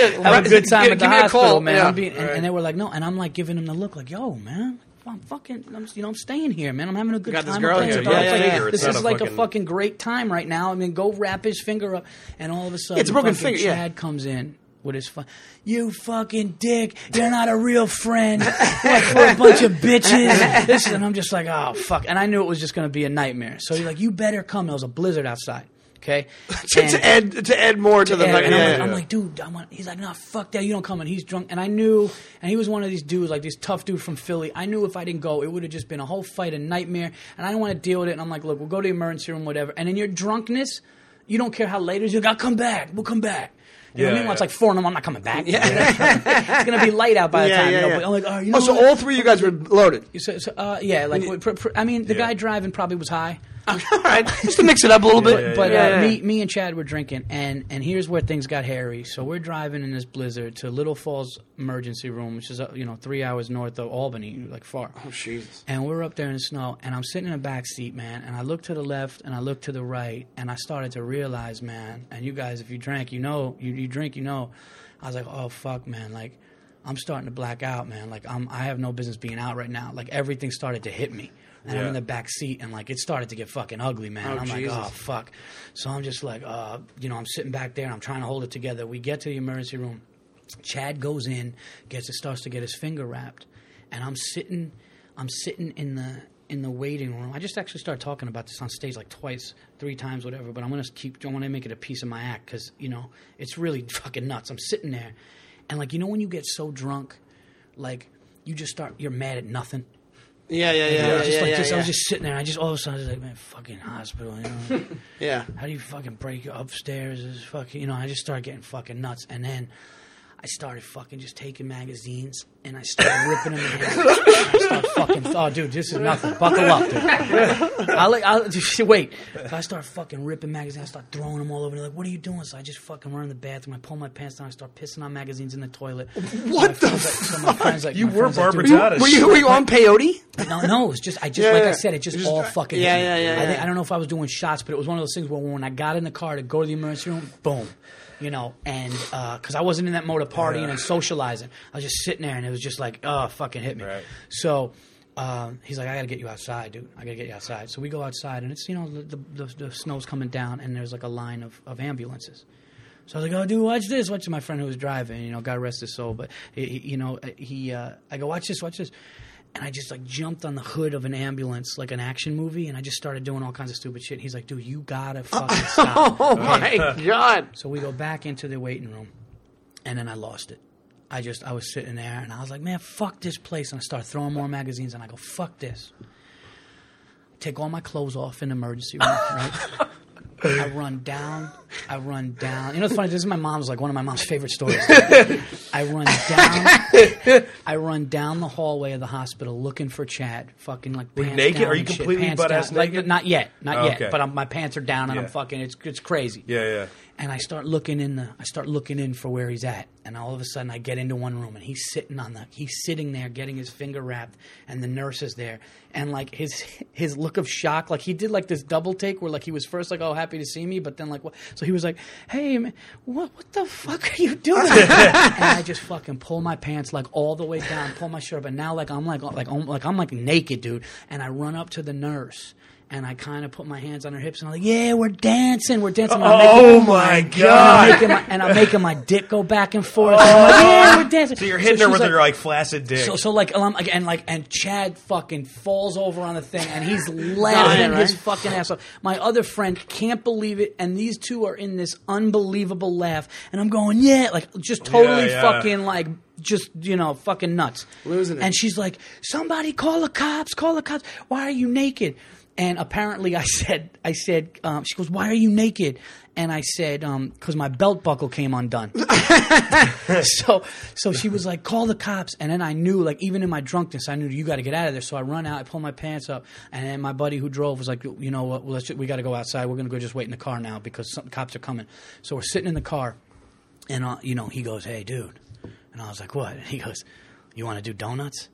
Speaker 5: good time. Have a good time
Speaker 3: Give-
Speaker 5: at the
Speaker 3: give me a
Speaker 5: hospital,
Speaker 3: call.
Speaker 5: man.
Speaker 3: Yeah.
Speaker 5: I'm being, and, and they were like, no, and I'm like giving them the look, like, yo, man, I'm fucking, I'm, you know, I'm staying here, man. I'm having a good
Speaker 3: Got
Speaker 5: time.
Speaker 3: this
Speaker 5: I'm
Speaker 3: girl
Speaker 5: playing
Speaker 3: here.
Speaker 5: some darts.
Speaker 3: Yeah, yeah,
Speaker 5: Like,
Speaker 3: yeah.
Speaker 5: This
Speaker 4: It's not
Speaker 5: is
Speaker 4: a
Speaker 5: like
Speaker 4: fucking-
Speaker 5: a fucking great time right now. I mean, go wrap his finger up, and all of a sudden,
Speaker 3: It's a broken
Speaker 5: fucking
Speaker 3: finger, yeah.
Speaker 5: Chad comes in. With his fu- you fucking dick, you're not a real friend. What, what a bunch of bitches. This is, and I'm just like, oh fuck. And I knew it was just gonna be a nightmare. So he's like, you better come. There was a blizzard outside. Okay.
Speaker 3: <laughs> to,
Speaker 5: And-
Speaker 3: to add to add more to, the
Speaker 5: yeah,
Speaker 3: fucking-
Speaker 5: and I'm, like,
Speaker 3: yeah,
Speaker 5: I'm
Speaker 3: yeah.
Speaker 5: like, dude, I'm on. He's like, nah, fuck that. You don't come. And he's drunk. And I knew, and he was one of these dudes, like this tough dude from Philly. I knew if I didn't go, it would have just been a whole fight, a nightmare. And I didn't want to deal with it. And I'm like, look, we'll go to the emergency room, whatever. And in your drunkenness, you don't care how late it is. You're like, I'll come back. We'll come back. You know,
Speaker 4: Yeah,
Speaker 5: meanwhile, it's
Speaker 4: yeah.
Speaker 5: like four in the morning. I'm not coming back. <laughs> it's gonna be light out by the
Speaker 3: Yeah,
Speaker 5: time.
Speaker 3: yeah,
Speaker 5: you know,
Speaker 3: yeah.
Speaker 5: But I'm like, all right, you know
Speaker 3: Oh, so
Speaker 5: what?
Speaker 3: all three of you guys were loaded.
Speaker 5: So, so, uh, yeah, like pr- pr- I mean, the guy driving probably was high.
Speaker 3: <laughs> All right, just to mix it up a little bit.
Speaker 4: yeah,
Speaker 5: But
Speaker 3: yeah,
Speaker 5: uh,
Speaker 3: yeah.
Speaker 5: me, me and Chad were drinking, and and here's where things got hairy. So we're driving in this blizzard to Little Falls Emergency Room, which is uh, you know three hours north of Albany, like far. Oh
Speaker 3: Jesus.
Speaker 5: And we're up there in the snow, and I'm sitting in the back seat, man. And I look to the left, and I look to the right, and I started to realize, man. And you guys, if you drank, you know, you, you drink, you know. I was like, oh fuck, man, like. I'm starting to black out, man. Like I'm, I have no business being out right now. Like everything started to hit me, and I'm
Speaker 4: Yeah.
Speaker 5: in the back seat, and like it started to get fucking ugly, man. and I'm
Speaker 3: Jesus.
Speaker 5: like, oh fuck. So I'm just like, uh, you know, I'm sitting back there and I'm trying to hold it together. We get to the emergency room. Chad goes in, gets it, starts to get his finger wrapped, and I'm sitting, I'm sitting in the in the waiting room. I just actually started talking about this on stage like twice, three times, whatever. But I'm gonna keep, I want to make it a piece of my act because you know it's really <laughs> fucking nuts. I'm sitting there, and like you know when you get so drunk, like you just start, you're mad at nothing.
Speaker 3: Yeah, yeah, yeah,
Speaker 5: I
Speaker 3: yeah,
Speaker 5: was just
Speaker 3: yeah,
Speaker 5: like,
Speaker 3: yeah,
Speaker 5: just, I was
Speaker 3: yeah.
Speaker 5: just sitting there. I just all of a sudden I was like, man, fucking hospital. You
Speaker 3: <laughs>
Speaker 5: know?
Speaker 3: Yeah.
Speaker 5: How do you fucking break it upstairs? Is fucking, you know, I just started getting fucking nuts. And then I started fucking just taking magazines and I started ripping them
Speaker 3: <laughs>
Speaker 5: in half. And I started fucking, oh, dude, this is nothing. Buckle up, dude. I like, I, <laughs> wait. So I start fucking ripping magazines. I start throwing them all over. They're like, what are you doing? So I just fucking run in the bathroom. I pull my pants down. I start pissing on magazines in the toilet.
Speaker 3: What
Speaker 5: so my
Speaker 3: the
Speaker 5: friends, like- so my friends, like,
Speaker 4: you
Speaker 5: my
Speaker 4: were
Speaker 5: friends, like,
Speaker 4: Barbara
Speaker 5: dude,
Speaker 4: Todd.
Speaker 3: Were you were you on
Speaker 5: <laughs>
Speaker 3: peyote?
Speaker 5: no, no, it's just I just
Speaker 3: Yeah,
Speaker 5: like
Speaker 3: yeah.
Speaker 5: I said, it just,
Speaker 3: It's just-
Speaker 5: all fucking.
Speaker 3: yeah,
Speaker 5: hit me.
Speaker 3: yeah, yeah,
Speaker 5: I, thi-
Speaker 3: yeah.
Speaker 5: I don't know if I was doing shots, but it was one of those things where when I got in the car to go to the emergency room, boom, you know, and because I wasn't in that mode of partying and socializing, I was just sitting there, and it was just like, oh, fucking hit me.
Speaker 4: Right.
Speaker 5: So. Um, he's like, I gotta get you outside, dude. I gotta get you outside. So we go outside, and it's you know the the, the, the snow's coming down, and there's like a line of, of ambulances. So I was like, "Oh, dude, watch this!" Watch this. my friend who was driving. You know, God rest his soul. But he, he- you know, he. Uh, I go, "Watch this, watch this," and I just like jumped on the hood of an ambulance, like an action movie, and I just started doing all kinds of stupid shit. He's like, "Dude, you gotta fucking stop."
Speaker 3: Oh my <laughs> god!
Speaker 5: So we go back into the waiting room, and then I lost it. I just I was sitting there and I was like, man, fuck this place, and I start throwing more magazines, and I go, fuck this. Take all my clothes off in the emergency
Speaker 4: <laughs>
Speaker 5: room, right? I run down. I run down. You know, it's funny. This is my mom's like one of my mom's
Speaker 4: <laughs>
Speaker 5: favorite stories. I run down. I run down the hallway of the hospital looking for Chad. Fucking like
Speaker 4: you
Speaker 5: pants
Speaker 4: naked?
Speaker 5: down
Speaker 4: Are you
Speaker 5: and shit,
Speaker 4: completely
Speaker 5: pants
Speaker 4: butt-ass
Speaker 5: down. Like,
Speaker 4: naked?
Speaker 5: not yet, not
Speaker 4: Oh,
Speaker 5: yet.
Speaker 4: okay.
Speaker 5: But I'm, my pants are down and I'm
Speaker 4: Yeah.
Speaker 5: fucking. It's it's crazy
Speaker 4: yeah, yeah.
Speaker 5: and I start looking in the I start looking in for where he's at and all of a sudden I get into one room and he's sitting on the he's sitting there getting his finger wrapped and the nurse is there and like his his look of shock like he did like this double take where like he was first like oh happy to see me but then like what so he was like hey man what what the fuck are you doing and I just fucking pull my pants like all the way down pull my shirt up and now like I'm like like I'm like I'm like naked dude and I run up to the nurse and I kind of put my hands on her hips and I'm like, "Yeah, we're dancing, we're dancing." And I'm
Speaker 4: Oh
Speaker 5: making-
Speaker 4: my
Speaker 5: and I'm,
Speaker 4: god!
Speaker 5: making my, and I'm making my dick go back and forth. And I'm like, yeah, we're dancing.
Speaker 7: Oh. So you're hitting her
Speaker 5: she's
Speaker 7: with
Speaker 5: like-
Speaker 7: your like flaccid dick.
Speaker 5: So, so like, um, and like, and Chad fucking falls over on the thing,
Speaker 7: <laughs>
Speaker 5: and he's laughing his fucking ass off. My other friend can't believe it, and these two are in this unbelievable laugh, and I'm going, yeah, like, just totally
Speaker 7: yeah.
Speaker 5: fucking like. Just you know, fucking nuts,
Speaker 3: Losing it.
Speaker 5: And she's like, "Somebody call the cops! Call the cops! Why are you naked?" And apparently, I said, "I said." Um, she goes, "Why are you naked?" And I said, "Because my belt buckle
Speaker 3: <laughs>
Speaker 5: came undone." so so she was like call the cops and then i knew like even in my drunkenness i knew you got to get out of there so i run out i pull my pants up and then my buddy who drove was like you know what well, let's ju- we got to go outside we're going to go just wait in the car now because some cops are coming so we're sitting in the car and uh, you know he goes hey dude and i was like what <laughs> and he goes you want to do donuts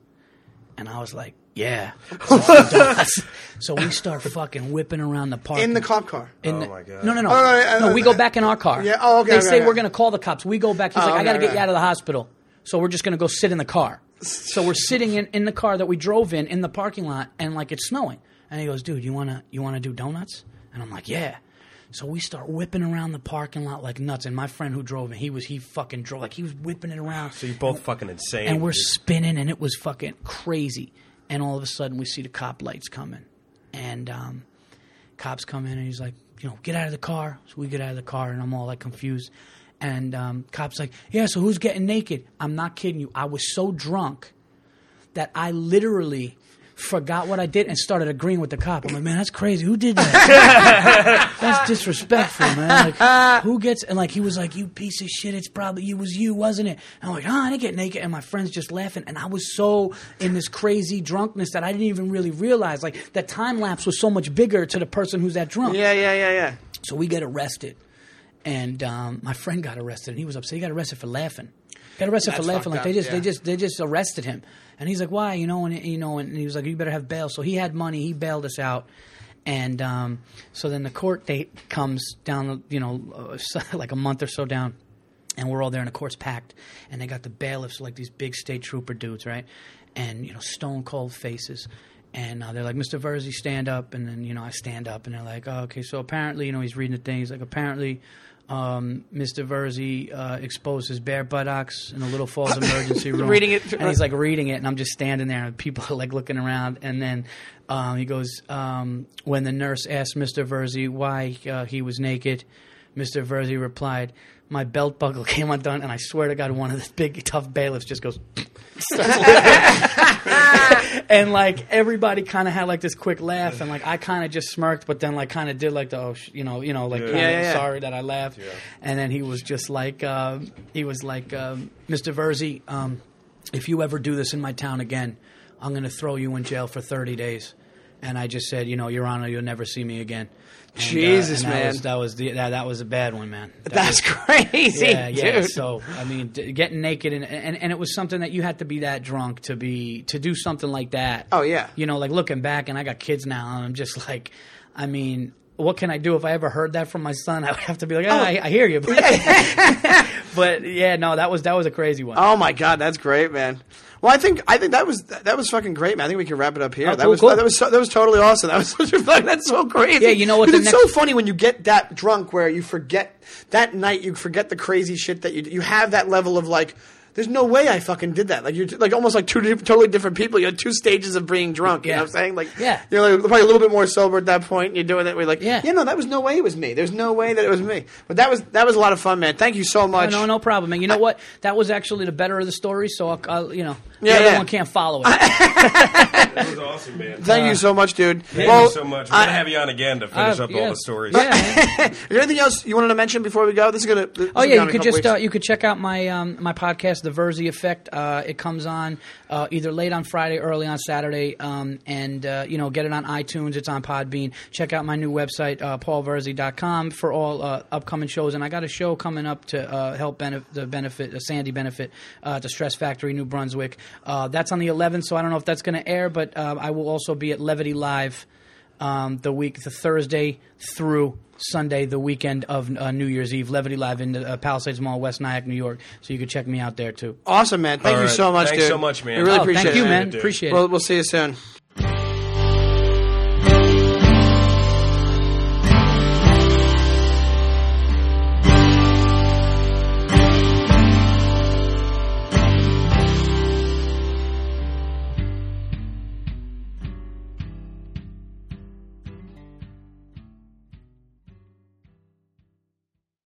Speaker 5: and i was like yeah <laughs> let's do donuts. so we start fucking whipping around the park
Speaker 3: in the cop car.
Speaker 5: in the-
Speaker 4: my God.
Speaker 5: No, no, no.
Speaker 3: Oh, no, yeah,
Speaker 5: no,
Speaker 3: no,
Speaker 5: we
Speaker 3: no.
Speaker 5: go back in our car.
Speaker 3: Yeah, oh, okay,
Speaker 5: They
Speaker 3: okay,
Speaker 5: say
Speaker 3: okay.
Speaker 5: we're going to call the cops. We go back. He's
Speaker 3: Oh,
Speaker 5: like, I
Speaker 3: okay,
Speaker 5: got to get
Speaker 3: okay.
Speaker 5: you out of the hospital. So we're just going to go sit in the car. So we're sitting in, in the car that we drove in in the parking lot, and like it's snowing. And he goes, dude, you wanna you wanna do donuts? And I'm like, yeah. So we start whipping around the parking lot like nuts. And my friend who drove in, he was he fucking drove like he was whipping it around.
Speaker 7: So you're both fucking insane.
Speaker 5: And we're
Speaker 7: dude.
Speaker 5: spinning, and it was fucking crazy. And all of a sudden, we see the cop lights coming, and um, cops come in, and he's like, you know, get out of the car. So we get out of the car, and I'm all like confused. And um, cops like, yeah, so who's getting naked? I'm not kidding you. I was so drunk that I literally forgot what I did and started agreeing with the cop. I'm like, man, that's crazy. Who did that? that's disrespectful, man. Like, who gets? And like, he was like, you piece of shit. It's probably you was you, wasn't it? And I'm like, oh, I didn't get naked. And my friends just laughing. And I was so in this crazy drunkenness that I didn't even really realize like that time lapse was so much bigger to the person who's that drunk.
Speaker 3: Yeah, yeah, yeah, yeah.
Speaker 5: So we get arrested, and um, my friend got arrested, and he was upset. He got arrested for laughing. Got arrested
Speaker 3: That's
Speaker 5: for laughing.
Speaker 3: fucked
Speaker 5: Like
Speaker 3: up,
Speaker 5: they just,
Speaker 3: yeah.
Speaker 5: they just, they just arrested him, and he's like, "Why?" You know, and you know, and he was like, "You better have bail." So he had money. He bailed us out, and um, so then the court date comes down, you know, <laughs> uh, like a month or so down, and we're all there, and the court's packed, and they got the bailiffs, like these big state trooper dudes, right, and you know, stone cold faces. And uh, they're like, Mr. Verzi, stand up. And then, you know, I stand up. And they're like, oh, okay, so apparently, you know, he's reading the thing. He's like, apparently, um, Mr. Verzi uh, exposed his bare buttocks in a
Speaker 3: <laughs>
Speaker 5: Little Falls emergency room.
Speaker 3: Reading it.
Speaker 5: And he's like reading it. And I'm just standing there. And people are like looking around. And then um, he goes, um, when the nurse asked Mr. Verzi why uh, he was naked, Mr. Verzi replied, my belt buckle <laughs> came undone. And I swear to God, one of the big, tough bailiffs just goes, and like everybody kind of had like this quick laugh, and like I kind of just smirked, but then like kind of did like the oh sh- you know you know like kinda
Speaker 3: Yeah, yeah, yeah.
Speaker 5: sorry that I laughed, and then he was just like uh, he was like um, Mr. Verzi, um, if you ever do this in my town again, I'm gonna throw you in jail for 30 days. And I just said, you know, Your Honor, you'll never see me again. And, uh,
Speaker 3: Jesus,
Speaker 5: and that
Speaker 3: man.
Speaker 5: was- that was the, that, that was a bad one, man. That
Speaker 3: That's <laughs>
Speaker 5: was-
Speaker 3: crazy,
Speaker 5: yeah, yeah.
Speaker 3: dude.
Speaker 5: So I mean, d- getting naked and, and and it was something that you had to be that drunk to be to do something like that.
Speaker 3: Oh, yeah.
Speaker 5: You know, like looking back, and I got kids now, and I'm just like, I mean. What can I do if I ever heard that from my son? <laughs> I would have to be like, oh, I, I hear you, <laughs> but, <laughs> but yeah, no, that was that was a crazy one.
Speaker 3: Oh my god, that's great, man. Well, I think I think that was that was fucking great, man. I think we can wrap it up here.
Speaker 5: Oh,
Speaker 3: that
Speaker 5: cool,
Speaker 3: was
Speaker 5: cool.
Speaker 3: that was so, that was totally awesome. That was <laughs> such a fucking that's so crazy.
Speaker 5: Yeah, you know what
Speaker 3: But
Speaker 5: the
Speaker 3: It's
Speaker 5: next-
Speaker 3: so funny when you get that drunk where you forget that night you forget the crazy shit that you you have that level of like. There's no way I fucking did that. Like you're like almost like two di- totally different people. You had two stages of being drunk. You
Speaker 5: Yeah.
Speaker 3: know what I'm saying? Like
Speaker 5: Yeah.
Speaker 3: you're like probably a little bit more sober at that point. And you're doing it. We're like,
Speaker 5: Yeah.
Speaker 3: yeah, no, that was no way it was me. There's no way that it was me. But that was that was a lot of fun, man. Thank you so much.
Speaker 5: no, no problem. And you know what? That was actually the better of the story. So I'll, I'll you know, the
Speaker 3: Yeah,
Speaker 5: other
Speaker 3: yeah.
Speaker 5: one can't follow it.
Speaker 4: That was awesome, man.
Speaker 3: Thank you so much, dude.
Speaker 4: Uh, Thank
Speaker 3: Well,
Speaker 4: you so much. We're gonna
Speaker 3: I-
Speaker 4: have you on again to finish
Speaker 5: Uh,
Speaker 4: up
Speaker 5: yeah.
Speaker 4: all the stories.
Speaker 5: Yeah, man.
Speaker 3: Is there anything else you wanted to mention before we go? This is gonna. This
Speaker 5: Oh
Speaker 3: is gonna
Speaker 5: yeah,
Speaker 3: be
Speaker 5: you
Speaker 3: a
Speaker 5: could
Speaker 3: couple
Speaker 5: just uh,
Speaker 3: weeks.
Speaker 5: you could check out my um, my podcast, The Verzi Effect. Uh, it comes on uh, either late on Friday, early on Saturday, um, and uh, you know get it on iTunes. It's on Podbean. Check out my new website, uh, paulverzi.com, for all uh, upcoming shows. And I got a show coming up to uh, help benef- the benefit the Sandy benefit uh, at the Stress Factory, New Brunswick. Uh, that's on the 11th, so I don't know if that's going to air, but uh, I will also be at Levity Live um, the week, the Thursday through Sunday, the weekend of uh, New Year's Eve, Levity Live in the uh, Palisades Mall, West Nyack, New York. So you can check me out there too.
Speaker 3: awesome, man. Thank
Speaker 4: All
Speaker 3: you
Speaker 4: right.
Speaker 3: so much,
Speaker 4: Thanks
Speaker 3: dude.
Speaker 4: so much, man.
Speaker 3: We really
Speaker 5: uh, Oh,
Speaker 3: appreciate
Speaker 5: thank
Speaker 3: it.
Speaker 5: you, man.
Speaker 4: dude.
Speaker 5: Appreciate it.
Speaker 3: We'll, we'll see you soon.